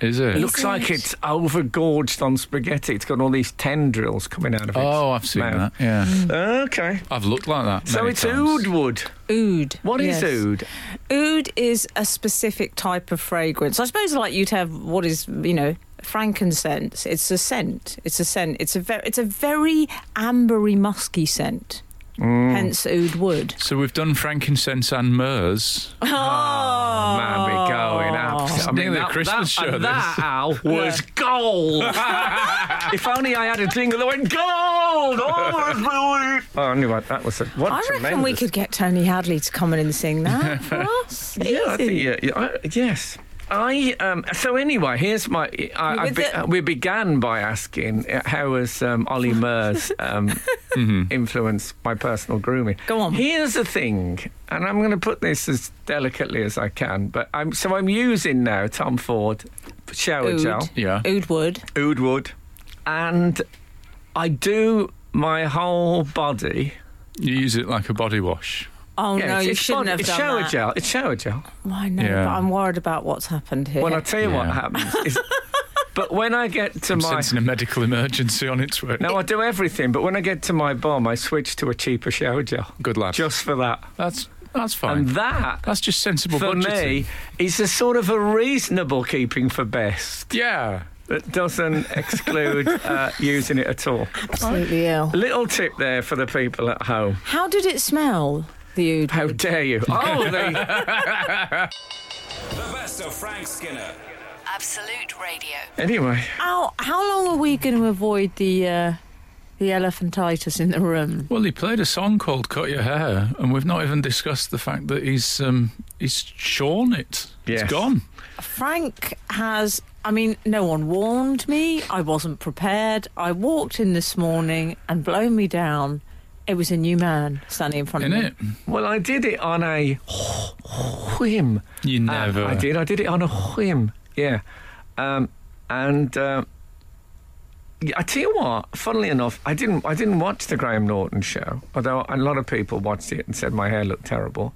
Speaker 4: Is
Speaker 3: It
Speaker 4: it?
Speaker 3: looks like
Speaker 5: it?
Speaker 3: it's overgorged on spaghetti. It's got all these tendrils coming out of it.
Speaker 4: Oh, I've seen
Speaker 3: mouth.
Speaker 4: that. Yeah.
Speaker 3: Okay.
Speaker 4: Mm. I've looked like that.
Speaker 3: So
Speaker 4: many
Speaker 3: it's
Speaker 4: times.
Speaker 3: ood wood.
Speaker 5: ood.
Speaker 3: What is
Speaker 5: yes.
Speaker 3: oud?
Speaker 5: Oud is a specific type of fragrance. I suppose like you'd have what is you know frankincense. It's a scent. It's a scent. It's a very it's a very ambery musky scent.
Speaker 3: Mm.
Speaker 5: Hence oud wood.
Speaker 4: So we've done frankincense and myrrhs.
Speaker 5: Oh,
Speaker 3: Man, we're going abs- I
Speaker 4: Nearly a Christmas
Speaker 3: that,
Speaker 4: show,
Speaker 3: and
Speaker 4: this.
Speaker 3: that Al was gold. if only I had a jingle that went gold. Oh, oh anyway, that was a what
Speaker 5: I
Speaker 3: tremendous.
Speaker 5: reckon we could get Tony Hadley to come in and sing that for us.
Speaker 3: Yeah, I think
Speaker 5: Easy.
Speaker 3: yeah, yeah, I, yes. I um, so anyway. Here's my. I, I
Speaker 5: With
Speaker 3: be,
Speaker 5: the-
Speaker 3: uh, we began by asking uh, how has um, Ollie Murs um, influenced my personal grooming.
Speaker 5: Go on.
Speaker 3: Here's the thing, and I'm going to put this as delicately as I can. But I'm so I'm using now Tom Ford shower
Speaker 5: Oud.
Speaker 3: gel.
Speaker 4: Yeah.
Speaker 5: Oud wood.
Speaker 3: Oud wood. And I do my whole body.
Speaker 4: You use it like a body wash.
Speaker 5: Oh
Speaker 3: Yeah,
Speaker 5: no,
Speaker 3: it's,
Speaker 5: you
Speaker 3: it's
Speaker 5: shouldn't
Speaker 3: body-
Speaker 5: have
Speaker 3: it's
Speaker 5: done
Speaker 3: shower
Speaker 5: that.
Speaker 3: gel. It's shower gel.
Speaker 5: I know,
Speaker 4: Yeah.
Speaker 5: but I'm worried about what's happened here.
Speaker 3: Well, I'll tell you what
Speaker 4: Yeah.
Speaker 3: happens. Is, but when I get to
Speaker 4: I'm
Speaker 3: my
Speaker 4: sensing a medical emergency on its way.
Speaker 3: no, I do everything. But when I get to my bomb, I switch to a cheaper shower gel
Speaker 4: good lad.
Speaker 3: just for that.
Speaker 4: that's that's fine.
Speaker 3: And that
Speaker 4: that's just sensible
Speaker 3: for
Speaker 4: budgeting.
Speaker 3: me is a sort of a reasonable keeping for best
Speaker 4: Yeah.
Speaker 3: that doesn't exclude uh, using it at all.
Speaker 5: Absolutely ill.
Speaker 3: Little tip there for the people at home.
Speaker 5: How did it smell? The oud.
Speaker 3: How dare you? Oh, the,
Speaker 1: The best of Frank Skinner.
Speaker 6: Absolute Radio.
Speaker 3: anyway,
Speaker 5: How how long are we going to avoid the uh, the elephantitis in the room?
Speaker 4: Well, he played a song called "Cut Your Hair," and we've not even discussed the fact that he's um, he's shorn it.
Speaker 3: Yes.
Speaker 4: It's gone.
Speaker 5: Frank has. I mean, no one warned me. I wasn't prepared. I walked in this morning and blown me down. It was a new man standing in front
Speaker 4: In
Speaker 5: of me.
Speaker 4: it.
Speaker 3: well, I did it on a whim.
Speaker 4: You
Speaker 3: Uh,
Speaker 4: never.
Speaker 3: I did. I did it on a whim. Yeah. Um, and um, yeah, I tell you what. Funnily enough, I didn't. I didn't watch the Graham Norton show. Although a lot of people watched it and said my hair looked terrible.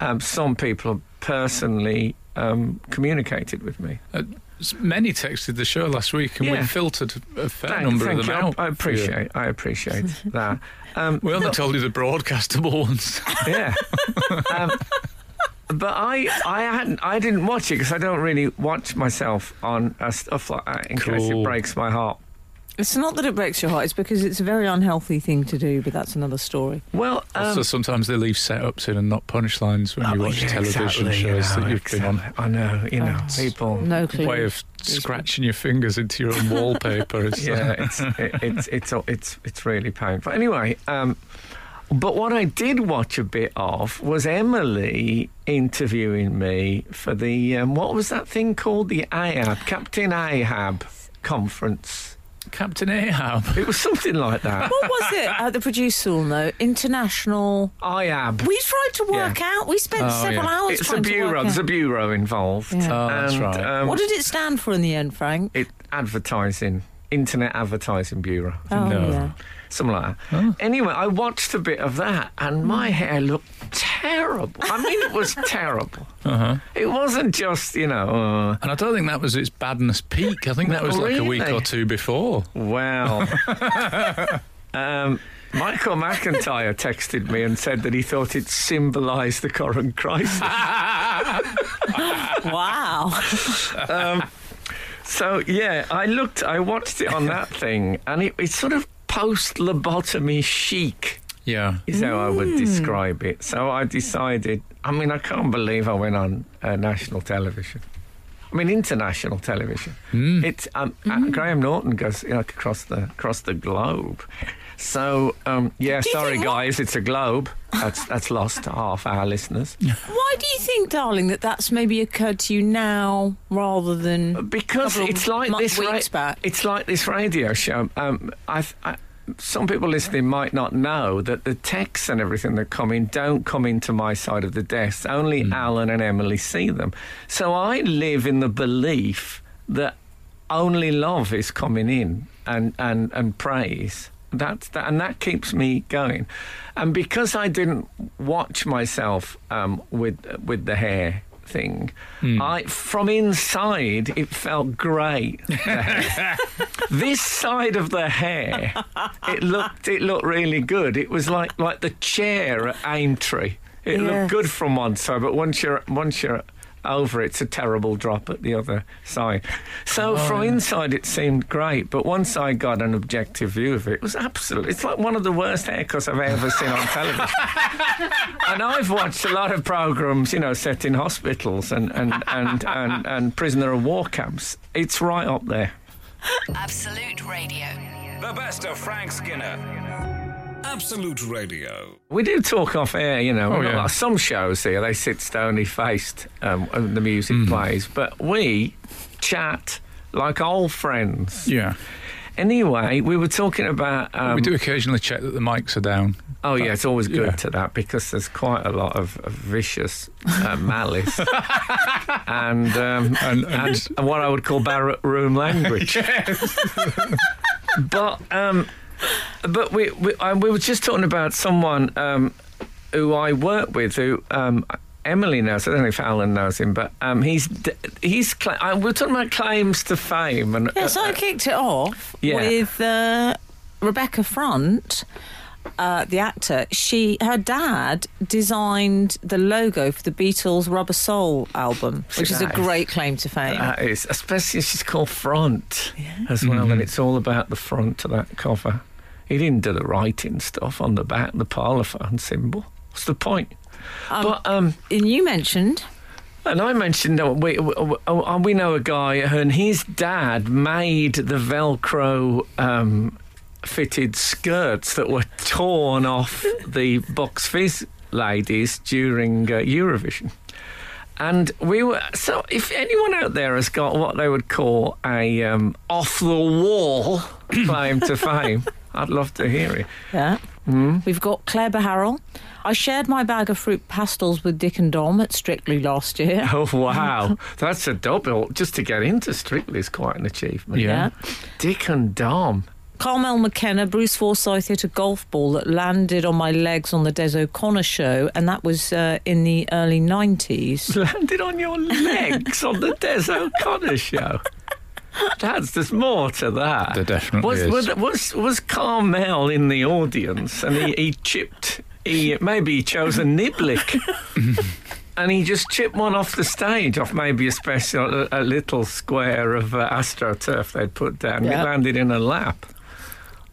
Speaker 3: Um, some people personally um, communicated with me.
Speaker 4: Uh, s- many texted the show last week, and we
Speaker 3: Yeah.
Speaker 4: filtered a fair
Speaker 3: Thank-
Speaker 4: number
Speaker 3: thank
Speaker 4: of them
Speaker 3: you. I- I
Speaker 4: out. for you.
Speaker 3: appreciate. I appreciate that. Um,
Speaker 4: We only told you the broadcastable ones.
Speaker 3: yeah. um, but I, I hadn't, I didn't watch it because I don't really watch myself on uh, stuff like that in case it
Speaker 4: Cool.
Speaker 3: breaks my heart.
Speaker 5: It's not that it breaks your heart. It's because it's a very unhealthy thing to do. But that's another story.
Speaker 3: Well, um,
Speaker 4: also, sometimes they leave setups in and not punchlines when
Speaker 3: Oh,
Speaker 4: you
Speaker 3: well,
Speaker 4: watch
Speaker 3: yeah,
Speaker 4: television
Speaker 3: exactly,
Speaker 4: shows
Speaker 3: yeah,
Speaker 4: that you've been on.
Speaker 3: exactly. I know, you know, people.
Speaker 5: No clue.
Speaker 4: Way of scratching your fingers into your own wallpaper. It's, uh,
Speaker 3: Yeah, it's it, it's it's it's it's really painful. Anyway, um, but what I did watch a bit of was Emily interviewing me for the um, what was that thing called the Ahab Captain Ahab conference.
Speaker 4: Captain Ahab.
Speaker 3: It was something like that.
Speaker 5: What was it? Uh, the producer will know. International.
Speaker 3: Ahab.
Speaker 5: We tried to work out. We spent
Speaker 4: Oh,
Speaker 5: several
Speaker 4: yeah.
Speaker 5: hours
Speaker 3: It's a
Speaker 5: trying to work
Speaker 3: bureau.
Speaker 5: out.
Speaker 3: There's a bureau involved.
Speaker 5: Yeah.
Speaker 4: Oh, that's
Speaker 3: And,
Speaker 4: right.
Speaker 3: um,
Speaker 5: What did it stand for in the end, Frank?
Speaker 3: it advertising internet advertising bureau.
Speaker 5: Oh,
Speaker 4: No.
Speaker 5: yeah.
Speaker 3: something like that. Anyway, I watched a bit of that, and my hair looked terrible. I mean, it was terrible.
Speaker 4: Uh-huh.
Speaker 3: It wasn't just you know, oh,
Speaker 4: And I don't think that was its badness peak. I think that was like a week
Speaker 3: Really?
Speaker 4: or two before.
Speaker 3: uh, well. um, Michael McIntyre texted me and said that he thought it symbolised the current crisis.
Speaker 5: Wow.
Speaker 3: So yeah, I looked, I watched it on that thing, and it, it's sort of post lobotomy chic.
Speaker 4: Yeah.
Speaker 3: is how I
Speaker 5: Mm.
Speaker 3: would describe it. So I decided. I mean, I can't believe I went on uh, national television. I mean, international television.
Speaker 5: Mm.
Speaker 3: It's um, uh, Graham Norton goes you know, across the across the globe. So um, yeah,
Speaker 5: Do you
Speaker 3: sorry
Speaker 5: think what-
Speaker 3: guys, it's a globe. That's that's lost half our listeners
Speaker 5: Why do you think, darling, that that's maybe occurred to you now rather than.
Speaker 3: because
Speaker 5: Couple of
Speaker 3: it's like
Speaker 5: month-
Speaker 3: this.
Speaker 5: weeks back.
Speaker 3: It's like this radio show. Um, I. th- I some people listening might not know that the texts and everything that come in don't come into my side of the desk. Only Alan and Emily see them. So I live in the belief that only love is coming in and, and, and praise. That's that, and that keeps me going. And because I didn't watch myself um, with with the hair thing, I from inside it felt great. the hair. this side of the hair, it looked it looked really good. It was like like the chair at Aintree. It
Speaker 5: Yes.
Speaker 3: looked good from one side, but once you're once you're over, it's a terrible drop at the other side. So from inside, it seemed great, but once I got an objective view of it, it was absolutely. It's like one of the worst haircuts I've ever seen on television. and I've watched a lot of programs, you know, set in hospitals and and and and, and prisoner of war camps. It's right up there.
Speaker 6: Absolute Radio.
Speaker 1: The best of Frank Skinner. Absolute Radio.
Speaker 3: We do talk off air, you know.
Speaker 4: Oh,
Speaker 3: we're not
Speaker 4: yeah.
Speaker 3: like some shows here, they sit stony faced um, and the music
Speaker 4: Mm.
Speaker 3: plays, but we chat like old friends.
Speaker 4: Yeah.
Speaker 3: Anyway, we were talking about. Um,
Speaker 4: we do occasionally check that the mics are down.
Speaker 3: Oh, yeah, it's always good
Speaker 4: yeah.
Speaker 3: to that because there's quite a lot of, of vicious uh, malice and, um,
Speaker 4: And,
Speaker 3: and
Speaker 4: and
Speaker 3: what I would call barrack room language. but um, but we we, I, we were just talking about someone um, who I work with who. Um, Emily knows. I don't know if Alan knows him, but um, he's d- he's. Cla- I, we're talking about claims to fame, and uh,
Speaker 5: Yeah, so I kicked it off
Speaker 3: Yeah.
Speaker 5: with uh, Rebecca Front, uh, the actor. She, her dad designed the logo for the Beatles' Rubber Soul album, which is a
Speaker 3: Nice.
Speaker 5: great claim to fame.
Speaker 3: uh, That is, especially if she's called Front as well, and it's all about the front to that cover. He didn't do the writing stuff on the back, the parlophone symbol. What's the point? but um,
Speaker 5: and you mentioned
Speaker 3: and I mentioned that we we, oh, we know a guy, and his dad made the Velcro um, fitted skirts that were torn off the box fizz ladies during uh, Eurovision. And we were so. If anyone out there has got what they would call a um, off the wall claim to fame, I'd love to hear it.
Speaker 5: that. We've got Claire Beharrell. I shared my bag of fruit pastels with Dick and Dom at Strictly last year.
Speaker 3: Oh wow, that's a double. Just to get into Strictly is quite an achievement.
Speaker 4: Yeah.
Speaker 3: Dick and Dom.
Speaker 5: Carmel McKenna, Bruce Forsyth hit a golf ball that landed on my legs on the Des O'Connor show, and that was uh, in the early 90s.
Speaker 3: landed on your legs on the Des O'Connor show. Dads, there's more to that.
Speaker 4: There definitely
Speaker 3: was,
Speaker 4: is.
Speaker 3: Was, was was Carmel in the audience and he, he chipped? He maybe he chose a niblick. And he just chipped one off the stage, off maybe a special, a, a little square of uh, astroturf they'd put down.
Speaker 5: Yeah.
Speaker 3: It landed in her lap.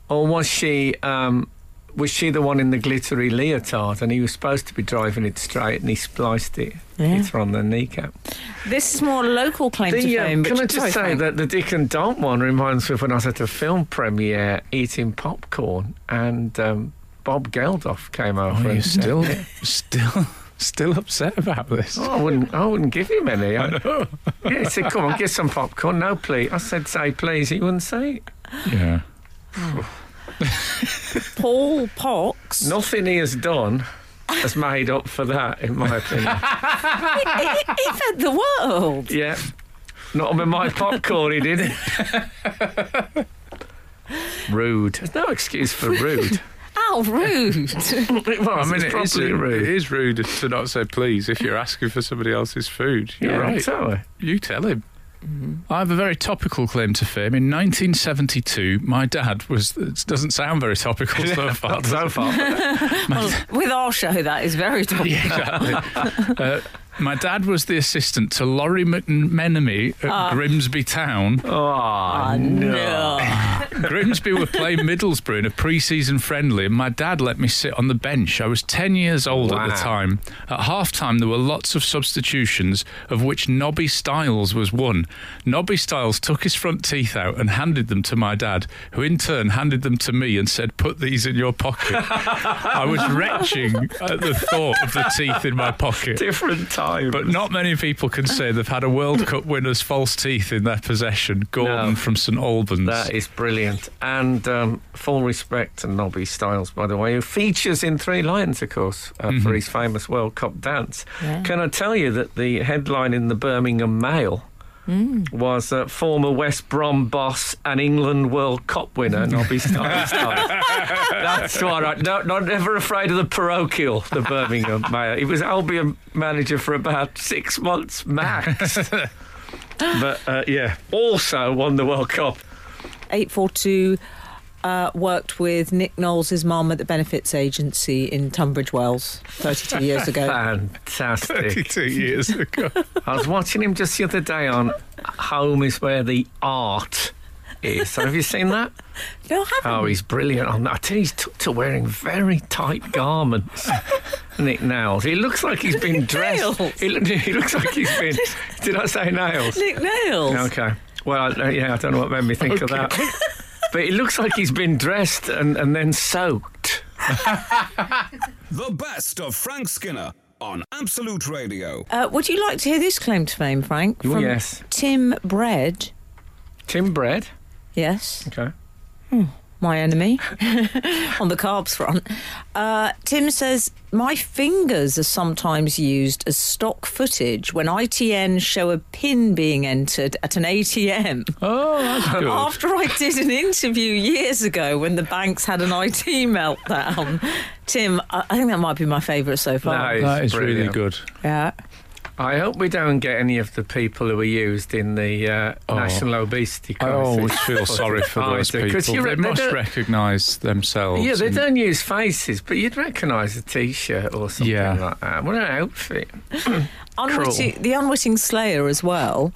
Speaker 3: Or was she, um, was she the one in the glittery leotard? And he was supposed to be driving it straight, and he spliced it.
Speaker 5: Yeah.
Speaker 3: It's on the kneecap.
Speaker 5: This is more local claim to
Speaker 3: The, uh,
Speaker 5: fame.
Speaker 3: can
Speaker 5: which-
Speaker 3: I just
Speaker 5: sorry,
Speaker 3: say
Speaker 5: Frank.
Speaker 3: that the Dick and Dump one reminds me of when I was at a film premiere eating popcorn and um, Bob Geldof came over.
Speaker 4: Oh,
Speaker 3: and
Speaker 4: you're
Speaker 3: said,
Speaker 4: still, still, still upset about this.
Speaker 3: "Oh, I wouldn't. I wouldn't give him any. I know. Yeah, he said, "Come on, get some popcorn." No, please. I said, "Say please." He wouldn't say it.
Speaker 4: Yeah.
Speaker 5: Paul Pox?
Speaker 3: Nothing he has done has made up for that, in my opinion.
Speaker 5: he, he fed E, the world.
Speaker 3: yeah, not with my popcorn. He did. rude. There's no excuse for rude.
Speaker 5: How
Speaker 3: it
Speaker 5: rude.
Speaker 3: was.
Speaker 4: I mean,
Speaker 3: Oh, it's
Speaker 4: it is, uh,
Speaker 3: probably rude.
Speaker 4: it is rude to not say please if you're asking for somebody else's food. You're
Speaker 3: Yeah,
Speaker 4: right.
Speaker 3: totally.
Speaker 4: You tell him. I have a very topical claim to fame. In 1972, my dad was. It doesn't sound very topical so far.
Speaker 3: Not
Speaker 4: does
Speaker 3: so
Speaker 4: it?
Speaker 3: far.
Speaker 5: Well, with our show, that is very topical.
Speaker 4: Yeah, exactly. uh, my dad was the assistant to Laurie McMenemy at Grimsby Town.
Speaker 3: Oh, no.
Speaker 4: Grimsby were playing Middlesbrough in a pre-season friendly, and my dad let me sit on the bench. I was ten years old at the
Speaker 3: Wow.
Speaker 4: time. At half-time, there were lots of substitutions, of which Nobby Styles was one. Nobby Styles took his front teeth out and handed them to my dad, who in turn handed them to me and said, "Put these in your pocket." I was retching at the thought of the teeth in my pocket.
Speaker 3: Different time.
Speaker 4: But not many people can say they've had a World Cup winner's false teeth in their possession. Gordon
Speaker 3: No.
Speaker 4: from St Albans.
Speaker 3: That is brilliant. And um, full respect to Nobby Styles, by the way, who features in Three Lions, of course, uh, for his famous World Cup dance.
Speaker 5: Yeah.
Speaker 3: Can I tell you that the headline in the Birmingham Mail was uh, former West Brom boss and England World Cup winner, Nobby Styles? That's all right. No, not ever afraid of the parochial, the Birmingham Mail. He was Albion manager for about six months max. but uh, yeah, also won the World Cup.
Speaker 5: 842 uh, worked with Nick Knowles' mum at the benefits agency in Tunbridge Wells 32 years ago.
Speaker 3: Fantastic.
Speaker 4: 32 years ago.
Speaker 3: I was watching him just the other day on Home is Where the Art Is. Have you seen that?
Speaker 5: No, I haven't.
Speaker 3: Oh, he's brilliant on that. I tell you, he's took to wearing very tight garments. Nick Nails. He looks like he's been dressed.
Speaker 5: Nails.
Speaker 3: He, look- he looks like he's been. Did I say nails?
Speaker 5: Nick Knowles.
Speaker 3: Okay. Well, I- uh, yeah, I don't know what made me think of that. But he looks like he's been dressed and, and then soaked.
Speaker 1: The best of Frank Skinner on Absolute Radio.
Speaker 5: Uh, would you like to hear this claim to fame, Frank?
Speaker 3: Oh,
Speaker 5: From
Speaker 3: yes.
Speaker 5: Tim Bread.
Speaker 3: Tim Bread.
Speaker 5: Yes.
Speaker 3: Okay.
Speaker 5: my enemy, on the carbs front. Uh, Tim says, My fingers are sometimes used as stock footage when ITN show a pin being entered at an ATM.
Speaker 4: Oh, that's good.
Speaker 5: After I did an interview years ago when the banks had an IT meltdown. Tim, I I think that might be my favourite so far.
Speaker 3: Nice.
Speaker 4: that is really
Speaker 3: Brilliant.
Speaker 4: good.
Speaker 5: Yeah.
Speaker 3: I hope we don't get any of the people who were used in the uh,
Speaker 4: Oh.
Speaker 3: national obesity
Speaker 4: I
Speaker 3: crisis.
Speaker 4: always feel sorry for
Speaker 3: I
Speaker 4: those
Speaker 3: do, 'cause
Speaker 4: people.
Speaker 3: you
Speaker 4: They
Speaker 3: re- they
Speaker 4: must
Speaker 3: don't-
Speaker 4: recognise themselves.
Speaker 3: Yeah, they
Speaker 4: and-
Speaker 3: don't use faces, but you'd recognise a T-shirt or something
Speaker 4: Yeah.
Speaker 3: like that. What an outfit!
Speaker 5: Unwitting, the unwitting slayer as well.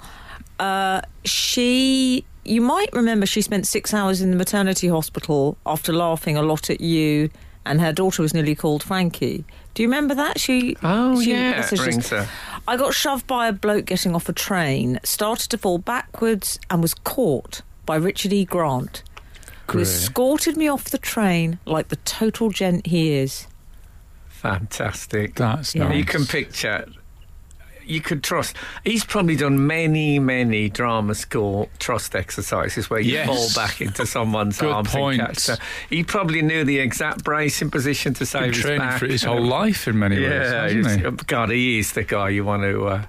Speaker 5: Uh, she, you might remember, she spent six hours in the maternity hospital after laughing a lot at you, and her daughter was nearly called Frankie. Do you remember that? She,
Speaker 3: Oh
Speaker 5: she
Speaker 3: yeah,
Speaker 5: messaged us,
Speaker 3: rings her.
Speaker 5: I got shoved by a bloke getting off a train, started to fall backwards, and was caught by Richard E. Grant, who
Speaker 4: Great.
Speaker 5: escorted me off the train like the total gent he is.
Speaker 3: Fantastic.
Speaker 4: That's
Speaker 5: Yeah.
Speaker 4: nice.
Speaker 3: You can picture. You could trust. He's probably done many, many drama school trust exercises where you
Speaker 4: Yes.
Speaker 3: fall back into someone's
Speaker 4: Good
Speaker 3: arms
Speaker 4: point.
Speaker 3: and catch. So he probably knew the exact bracing position to save
Speaker 4: Been
Speaker 3: his
Speaker 4: training
Speaker 3: back.
Speaker 4: for his whole life in many ways,
Speaker 3: Yeah,
Speaker 4: hasn't
Speaker 3: he's- God, he is the guy you want to uh,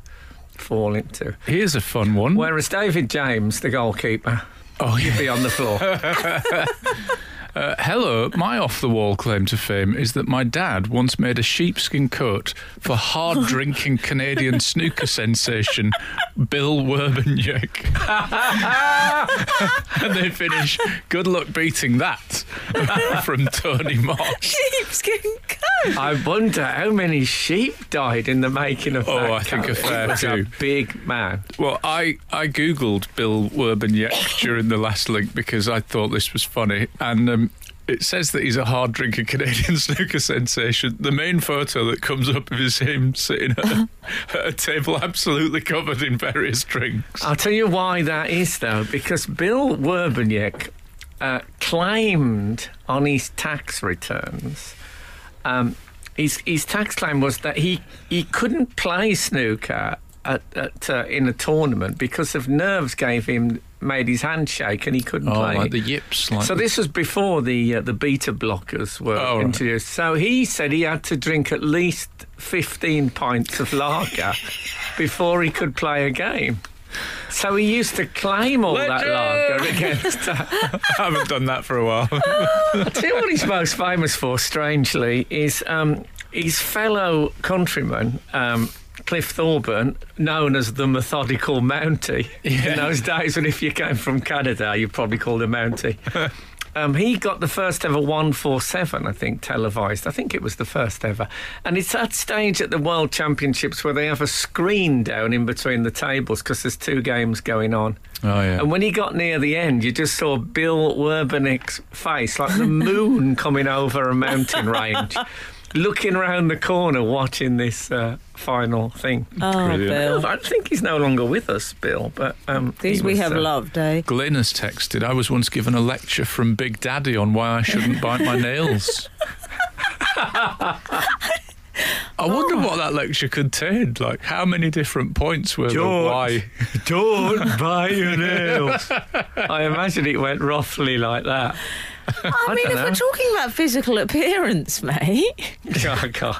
Speaker 3: fall into.
Speaker 4: he? Here's a fun one.
Speaker 3: Whereas David James, the goalkeeper,
Speaker 4: oh, yeah.
Speaker 3: he'd be on the floor.
Speaker 4: Uh, hello, my off the wall claim to fame is that my dad once made a sheepskin coat for hard drinking Canadian snooker sensation Bill Werbenyuk. and they finish, good luck beating that from Tony Marsh.
Speaker 5: Sheepskin coat!
Speaker 3: I wonder how many sheep died in the making of
Speaker 4: Oh,
Speaker 3: that.
Speaker 4: I think a
Speaker 3: coat. He
Speaker 4: fair
Speaker 3: was
Speaker 4: few.
Speaker 3: A big man.
Speaker 4: Well, I, I googled Bill Werbenyek during the last link because I thought this was funny, and um, it says that he's a hard drinking Canadian snooker sensation. The main photo that comes up of is him sitting at a, at a table absolutely covered in various drinks.
Speaker 3: I'll tell you why that is, though, because Bill Werbenyek uh, claimed on his tax returns, um, his, his tax claim was that he, he couldn't play snooker at, at, uh, in a tournament because of nerves gave him made his hand shake and he
Speaker 4: Oh,
Speaker 3: couldn't play.
Speaker 4: yips,
Speaker 3: So this was before the uh, the beta blockers were
Speaker 4: Oh, right.
Speaker 3: introduced. So he said he had to drink at least fifteen pints of lager before he could play a game. So he used to claim all that
Speaker 4: Legend!
Speaker 3: lager against. Uh,
Speaker 4: I haven't done that for a while.
Speaker 3: Oh, I tell you what he's most famous for, strangely, is um, his fellow countryman. Um, Cliff Thorburn, known as the methodical Mountie in those days when if you came from Canada, you'd probably called a Mountie. Um, he got the first ever 147, I think, televised. I think it was the first ever. And it's that stage at the World Championships where they have a screen down in between the tables because there's two games going on.
Speaker 4: Oh, yeah.
Speaker 3: And when he got near the end, you just saw Bill Werbenick's face, like the moon coming over a mountain range, looking round the corner watching this uh, final thing.
Speaker 5: Oh,
Speaker 4: Brilliant.
Speaker 5: Bill.
Speaker 3: I think he's no longer with us, Bill, but. Um,
Speaker 5: These
Speaker 3: he
Speaker 5: we
Speaker 3: was,
Speaker 5: have
Speaker 3: uh,
Speaker 5: loved, eh?
Speaker 4: Glyn has texted, I was once given a lecture from Big Daddy on why I shouldn't bite my nails. I wonder
Speaker 5: Oh.
Speaker 4: what that lecture contained. Like, how many different points were there?
Speaker 3: George.
Speaker 4: Why?
Speaker 3: Don't buy your nails. I imagine it went roughly like that.
Speaker 5: I mean, if
Speaker 3: dunno.
Speaker 5: we're talking about physical appearance, mate,
Speaker 3: Oh, God.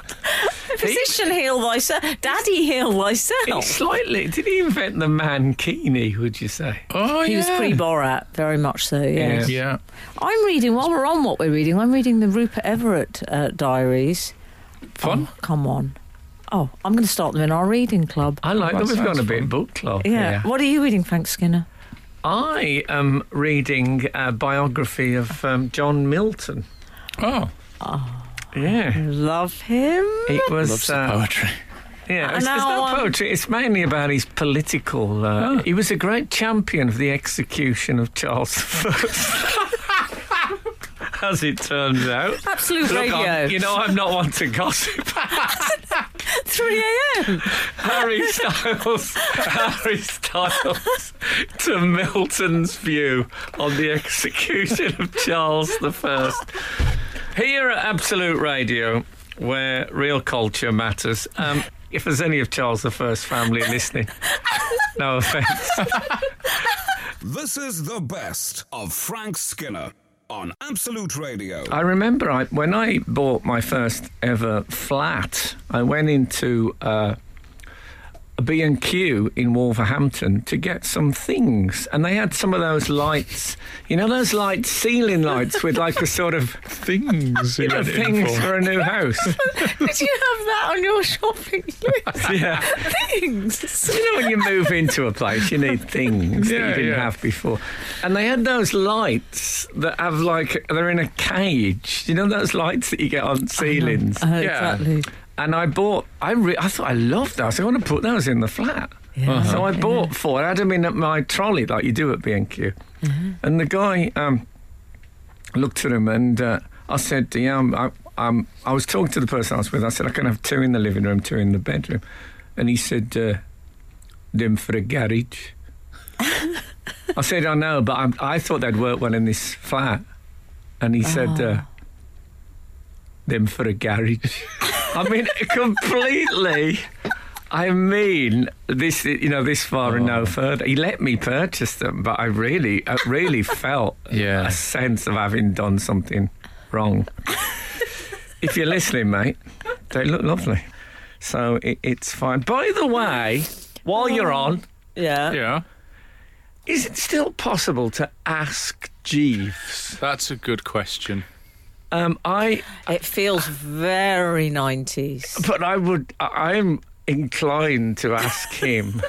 Speaker 5: physician heal thyself, daddy heal
Speaker 3: It's
Speaker 5: thyself.
Speaker 3: slightly. Did he invent the mankini, would you say?
Speaker 4: Oh,
Speaker 5: He
Speaker 4: yeah.
Speaker 5: was pre Borat, very much so, yes.
Speaker 3: Yeah.
Speaker 4: Yeah.
Speaker 5: I'm reading, while we're on what we're reading, I'm reading the Rupert Everett uh, diaries.
Speaker 4: Fun.
Speaker 5: Oh, come on. Oh, I'm going to start them in our reading club.
Speaker 3: I like
Speaker 4: That
Speaker 3: that we've gone
Speaker 4: sounds
Speaker 3: a bit
Speaker 4: fun.
Speaker 3: book club.
Speaker 5: Yeah.
Speaker 3: here.
Speaker 5: What are you reading, Frank Skinner?
Speaker 3: I am reading a biography of um, John Milton.
Speaker 4: Oh,
Speaker 3: Yeah.
Speaker 5: Love him.
Speaker 3: It
Speaker 4: loves
Speaker 3: was
Speaker 4: the
Speaker 3: uh,
Speaker 4: poetry.
Speaker 3: yeah.
Speaker 5: And
Speaker 3: It's, there's
Speaker 5: now,
Speaker 3: no
Speaker 5: um,
Speaker 3: poetry. It's mainly about his political. Uh, He was a great champion of the execution of Charles I. As it turns out, Look,
Speaker 5: Absolute radio.
Speaker 3: I'm- you know I'm not one to gossip.
Speaker 5: 3 a.m.
Speaker 3: Harry Styles, Harry Styles to Milton's view on the execution of Charles the First. Here at Absolute Radio, where real culture matters. Um, if there's any of Charles the First family listening, no offence.
Speaker 1: This is the best of Frank Skinner on Absolute Radio.
Speaker 3: I remember I, when I bought my first ever flat, I went into uh, a B&Q in Wolverhampton to get some things. And they had some of those lights, you know, those lights, ceiling lights with like a sort of
Speaker 4: Things.
Speaker 3: you
Speaker 4: he
Speaker 3: know,
Speaker 4: went in
Speaker 3: things
Speaker 4: for.
Speaker 3: for a new house.
Speaker 5: Did you have that on your shopping list?
Speaker 3: yeah.
Speaker 5: Things.
Speaker 3: You know, when you move into a place, you need things that
Speaker 4: Yeah,
Speaker 3: you didn't
Speaker 4: yeah.
Speaker 3: have before. And they had those lights that have like, they're in a cage. You know, those lights that you get on ceilings.
Speaker 5: Oh,
Speaker 4: Yeah.
Speaker 5: exactly.
Speaker 3: And I bought, I, re- I thought I loved those. I want to put those in the flat.
Speaker 5: Yeah.
Speaker 3: So I bought four. I had them in at my trolley, like you do at B&Q. And the guy um, looked at him and uh, I said, yeah, I'm, I, I'm, I was talking to the person I was with. I said, I can have two in the living room, two in the bedroom. And he said, uh, them for a garage. I said, I know, but I, I thought they'd work well in this flat. And he said, uh, them for a garage. I mean, completely. I mean, this you know, this far and no further. He let me purchase them, but I really, I really felt
Speaker 4: Yeah.
Speaker 3: a sense of having done something wrong. if you're listening, mate, they look lovely, so it, it's fine. By the way, while you're on,
Speaker 5: Yeah.
Speaker 4: Yeah.
Speaker 3: is it still possible to ask Jeeves?
Speaker 4: That's a good question.
Speaker 3: Um, I
Speaker 5: It feels very 90s.
Speaker 3: But I would. I- I'm inclined to ask him.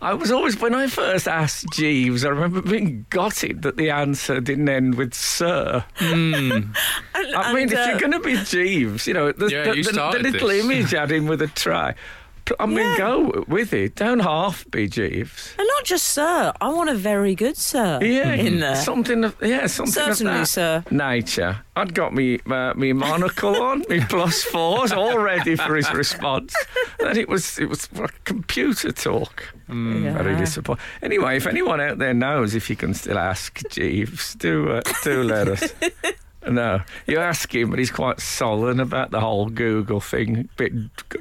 Speaker 3: I was always when I first asked Jeeves. I remember being gutted that the answer didn't end with "sir." I mean,
Speaker 5: uh,
Speaker 3: if you're going to be Jeeves, you know, the,
Speaker 4: Yeah,
Speaker 3: the,
Speaker 4: you
Speaker 3: the- the
Speaker 4: started
Speaker 3: little
Speaker 4: this.
Speaker 3: image had him with a try. P- I mean,
Speaker 5: Yeah.
Speaker 3: go with it. Don't half be Jeeves.
Speaker 5: And not just sir, I want a very good sir
Speaker 3: Yeah,
Speaker 5: in there.
Speaker 3: Something of yeah, something
Speaker 5: Certainly,
Speaker 3: of that
Speaker 5: sir.
Speaker 3: nature. I'd got me uh, me monocle on, me plus fours, all ready for his response. Then it was it was like computer talk. Very
Speaker 5: Yeah.
Speaker 3: disappointing. Anyway, if anyone out there knows if you can still ask Jeeves, do uh, do let us. No, you ask him, but he's quite sullen about the whole Google thing. Bit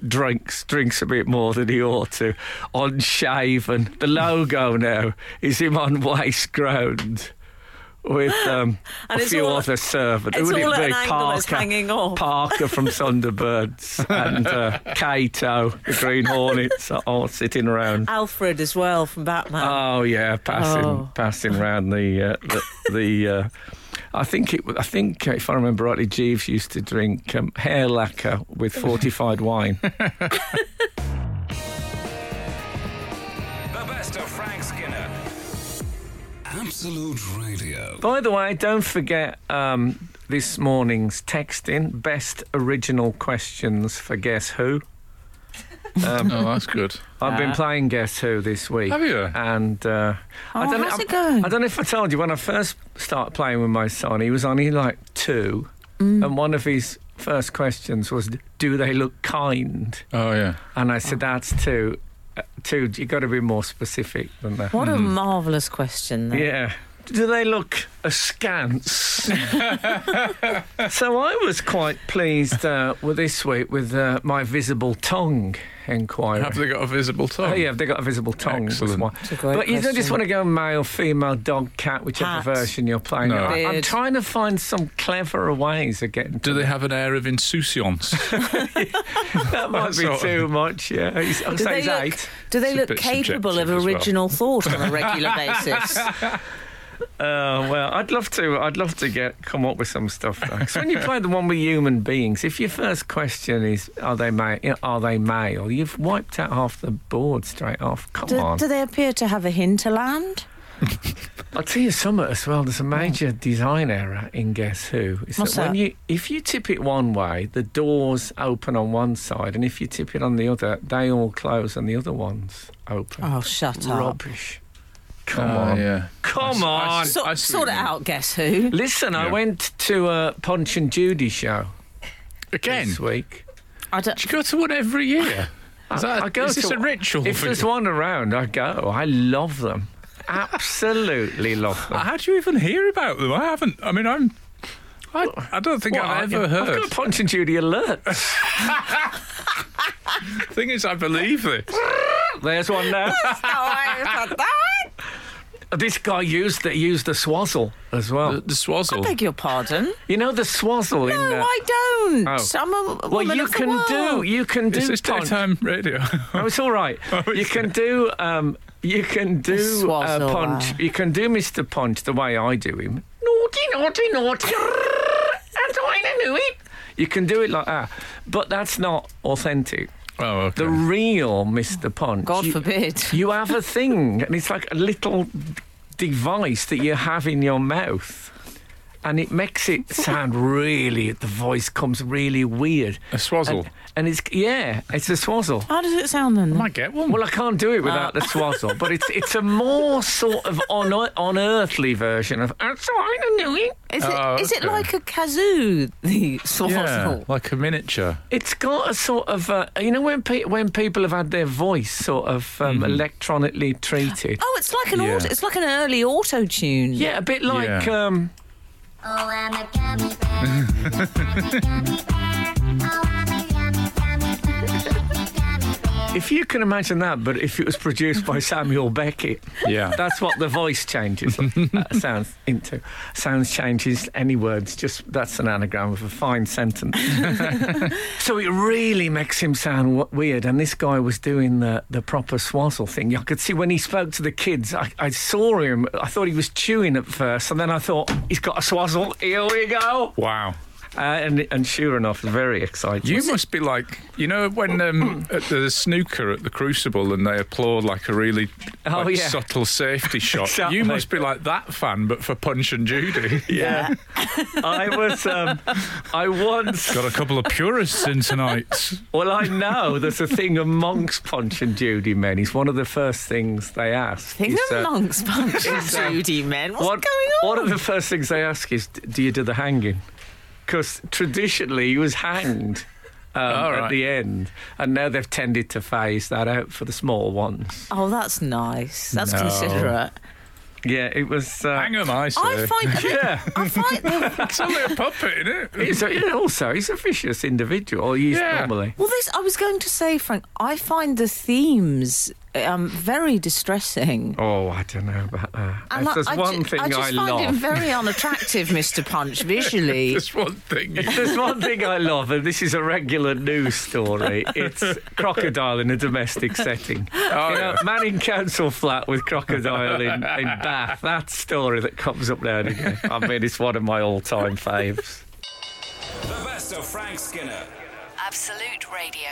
Speaker 3: drinks, drinks a bit more than he ought to. Unshaven. The logo now is him on waist ground with um, a
Speaker 5: And it's
Speaker 3: few
Speaker 5: all-
Speaker 3: other servants.
Speaker 5: it's
Speaker 3: Who would
Speaker 5: all
Speaker 3: it
Speaker 5: at
Speaker 3: be?
Speaker 5: an angle that's hanging off.
Speaker 3: Parker from Thunderbirds and uh, Kato, the Green Hornets, are all sitting around.
Speaker 5: Alfred as well from Batman.
Speaker 3: Oh yeah, passing
Speaker 5: Oh.
Speaker 3: passing round the uh, the. the uh, I think it. wa- I think uh, if I remember rightly, Jeeves used to drink um, hair lacquer with fortified wine.
Speaker 1: The best of Frank Skinner. Absolute Radio.
Speaker 3: By the way, don't forget um, this morning's texting best original questions for Guess Who.
Speaker 4: oh, that's good.
Speaker 3: I've
Speaker 5: Ah.
Speaker 3: been playing Guess Who this week.
Speaker 4: Have you?
Speaker 3: And uh, I
Speaker 5: Oh,
Speaker 3: don't
Speaker 5: how's
Speaker 3: know,
Speaker 5: it going?
Speaker 3: I don't know if I told you when I first started playing with my son, he was only like two,
Speaker 5: Mm.
Speaker 3: and one of his first questions was, "Do they look kind?"
Speaker 4: Oh, yeah.
Speaker 3: And I said, "That's two, uh, two. You got to be more specific than that."
Speaker 5: what a marvellous question, though.
Speaker 3: Hmm. Yeah. Do they look askance? so I was quite pleased uh, with this week with uh, my visible tongue inquiry.
Speaker 4: Have they got a visible tongue?
Speaker 3: Oh, yeah, have they got a visible tongue? was
Speaker 4: Excellent.
Speaker 3: one.
Speaker 5: It's a great
Speaker 3: But you don't just
Speaker 5: question.
Speaker 3: want to go male, female, dog, cat, whichever
Speaker 5: Hat.
Speaker 3: version you're playing.
Speaker 4: No.
Speaker 3: I, I'm
Speaker 5: Beard.
Speaker 3: trying to find some cleverer ways of getting.
Speaker 4: Do they have an air of insouciance?
Speaker 3: That might be
Speaker 4: Sort of.
Speaker 3: too much. Yeah, he's, I'll say
Speaker 5: Do they,
Speaker 3: he's
Speaker 5: look,
Speaker 3: eight.
Speaker 5: do they
Speaker 4: It's a
Speaker 5: look
Speaker 4: bit
Speaker 5: capable of
Speaker 4: subjective as well.
Speaker 5: original thought on a regular basis?
Speaker 3: Oh well, I'd love to. I'd love to get come up with some stuff. Though. 'Cause when you play the one with human beings, if your first question is "Are they male?" Are they male? You've wiped out half the board straight off. Come
Speaker 5: Do,
Speaker 3: on.
Speaker 5: do they appear to have a hinterland?
Speaker 3: I'll tell you something as well. There's a major design error in Guess Who. It's
Speaker 5: What's
Speaker 3: when
Speaker 5: that?
Speaker 3: you if you tip it one way, the doors open on one side, and if you tip it on the other, they all close and the other ones open.
Speaker 5: Oh, shut up.
Speaker 3: Rubbish. Come
Speaker 4: Oh,
Speaker 3: on.
Speaker 4: yeah.
Speaker 3: Come on.
Speaker 5: So-
Speaker 4: I see what
Speaker 5: sort it
Speaker 4: you mean.
Speaker 5: out, guess who?
Speaker 3: Listen, I
Speaker 4: Yeah.
Speaker 3: went to a Punch and Judy show
Speaker 4: Again,
Speaker 3: this week.
Speaker 5: I don't,
Speaker 4: do you go to one every year? Is, that,
Speaker 3: I go
Speaker 4: Uh, is this
Speaker 3: to-
Speaker 4: a ritual?
Speaker 3: If
Speaker 4: for
Speaker 3: there's
Speaker 4: you?
Speaker 3: one around, I go. I love them. Absolutely love them.
Speaker 4: How do you even hear about them? I haven't. I mean, I'm. I, I don't think
Speaker 3: Well, I-
Speaker 4: I've ever
Speaker 3: I've
Speaker 4: heard.
Speaker 3: got a Punch and Judy alert.
Speaker 4: The thing is, I believe this.
Speaker 3: There's one now.
Speaker 5: Oh, I-
Speaker 3: This guy used the, used the swazzle as well.
Speaker 4: The, the swazzle.
Speaker 5: Beg your pardon.
Speaker 3: you know the swazzle
Speaker 5: No,
Speaker 3: in there.
Speaker 5: I don't.
Speaker 3: Oh.
Speaker 5: I'm a w-
Speaker 3: well,
Speaker 5: woman
Speaker 3: you
Speaker 5: of the
Speaker 3: can do.
Speaker 5: world.
Speaker 3: You can do.
Speaker 4: Is this
Speaker 3: punch.
Speaker 4: daytime radio?
Speaker 3: Oh, it's all right. you can do. Um, you can do uh,
Speaker 5: swazzle,
Speaker 3: punch.
Speaker 5: uh.
Speaker 3: You can do Mr. Punch the way I do him. Naughty, naughty, naughty. that's the way I do it. You can do it like that, but that's not authentic.
Speaker 4: oh, okay.
Speaker 3: The real Mr. Punch.
Speaker 5: God
Speaker 3: you-
Speaker 5: forbid.
Speaker 3: You have a thing, and it's like a little device that you have in your mouth. And it makes it sound really, the voice comes really weird.
Speaker 4: a swazzle.
Speaker 3: And, and it's, yeah, it's a swazzle.
Speaker 5: How does it sound then?
Speaker 4: I might get one.
Speaker 3: Well, I can't do it without
Speaker 4: Uh.
Speaker 3: the swazzle, but it's it's a more sort of un- unearthly version of. That's all I don't know it.
Speaker 5: Is it,
Speaker 4: Oh,
Speaker 5: is it
Speaker 4: okay.
Speaker 5: like a kazoo, the swazzle?
Speaker 4: yeah, like a miniature.
Speaker 3: It's got a sort of uh, you know when pe- when people have had their voice sort of um,
Speaker 4: Mm-hmm.
Speaker 3: electronically treated.
Speaker 5: Oh, it's like an
Speaker 4: Yeah.
Speaker 5: auto, it's like an early auto tune.
Speaker 3: Yeah, a bit like
Speaker 4: Yeah.
Speaker 3: um,
Speaker 7: Oh, I'm a gummy bear. Oh, I'm a gummy bear. Oh, I'm a gummy, gummy, gummy, gummy, gummy bear.
Speaker 3: if you can imagine that, but if it was produced by Samuel Beckett.
Speaker 4: Yeah.
Speaker 3: That's what the voice changes uh, sounds into. Sounds changes any words. Just that's an anagram of a fine sentence. so it really makes him sound w- weird. And this guy was doing the the proper swazzle thing. I could see when he spoke to the kids. I, I saw him. I thought he was chewing at first, and then I thought he's got a swazzle. Here we go.
Speaker 4: wow.
Speaker 3: Uh, and and sure enough, very exciting.
Speaker 4: You must be like, you know, when um, at the snooker at the Crucible and they applaud like a really
Speaker 3: Oh,
Speaker 4: like,
Speaker 3: yeah.
Speaker 4: subtle safety shot.
Speaker 3: Exactly.
Speaker 4: You must be like that fan, but for Punch and Judy.
Speaker 3: yeah. I was. Um, I once.
Speaker 4: Got a couple of purists in tonight.
Speaker 3: Well, I know there's a thing amongst Punch and Judy men. It's one of the first things they ask.
Speaker 5: Think
Speaker 3: is,
Speaker 5: of
Speaker 3: uh,
Speaker 5: monks, punch, Judy, men. What's
Speaker 3: one,
Speaker 5: going on?
Speaker 3: One of the first things they ask is, "D- do you do the hanging? Because traditionally he was hanged um,
Speaker 4: All
Speaker 3: at
Speaker 4: right.
Speaker 3: the end, and now they've tended to phase that out for the small ones.
Speaker 5: Oh, that's nice. That's
Speaker 4: No.
Speaker 5: considerate.
Speaker 3: Yeah, it was. Uh,
Speaker 4: Hang 'em, I say.
Speaker 5: I find
Speaker 3: Yeah.
Speaker 5: I find the,
Speaker 4: it's only a puppet, isn't it?
Speaker 3: He's a, yeah, also, he's a vicious individual. He's
Speaker 4: Yeah.
Speaker 3: normally.
Speaker 5: well, this I was going to say, Frank. I find the themes um, very distressing.
Speaker 3: Oh, I don't know about that.
Speaker 5: And
Speaker 3: Oh, if there's
Speaker 5: I, I
Speaker 3: one
Speaker 5: ju-
Speaker 3: thing
Speaker 5: I just find
Speaker 3: love.
Speaker 5: him very unattractive, Mr. Punch, visually.
Speaker 4: Just one thing.
Speaker 3: If there's one thing I love, and this is a regular news story, it's crocodile in a domestic setting.
Speaker 4: Oh,
Speaker 3: You know,
Speaker 4: yeah.
Speaker 3: man in council flat with crocodile in, in Bath. That story that comes up now and again. I mean, it's one of my all-time faves.
Speaker 1: The best of Frank Skinner.
Speaker 6: Absolute Radio.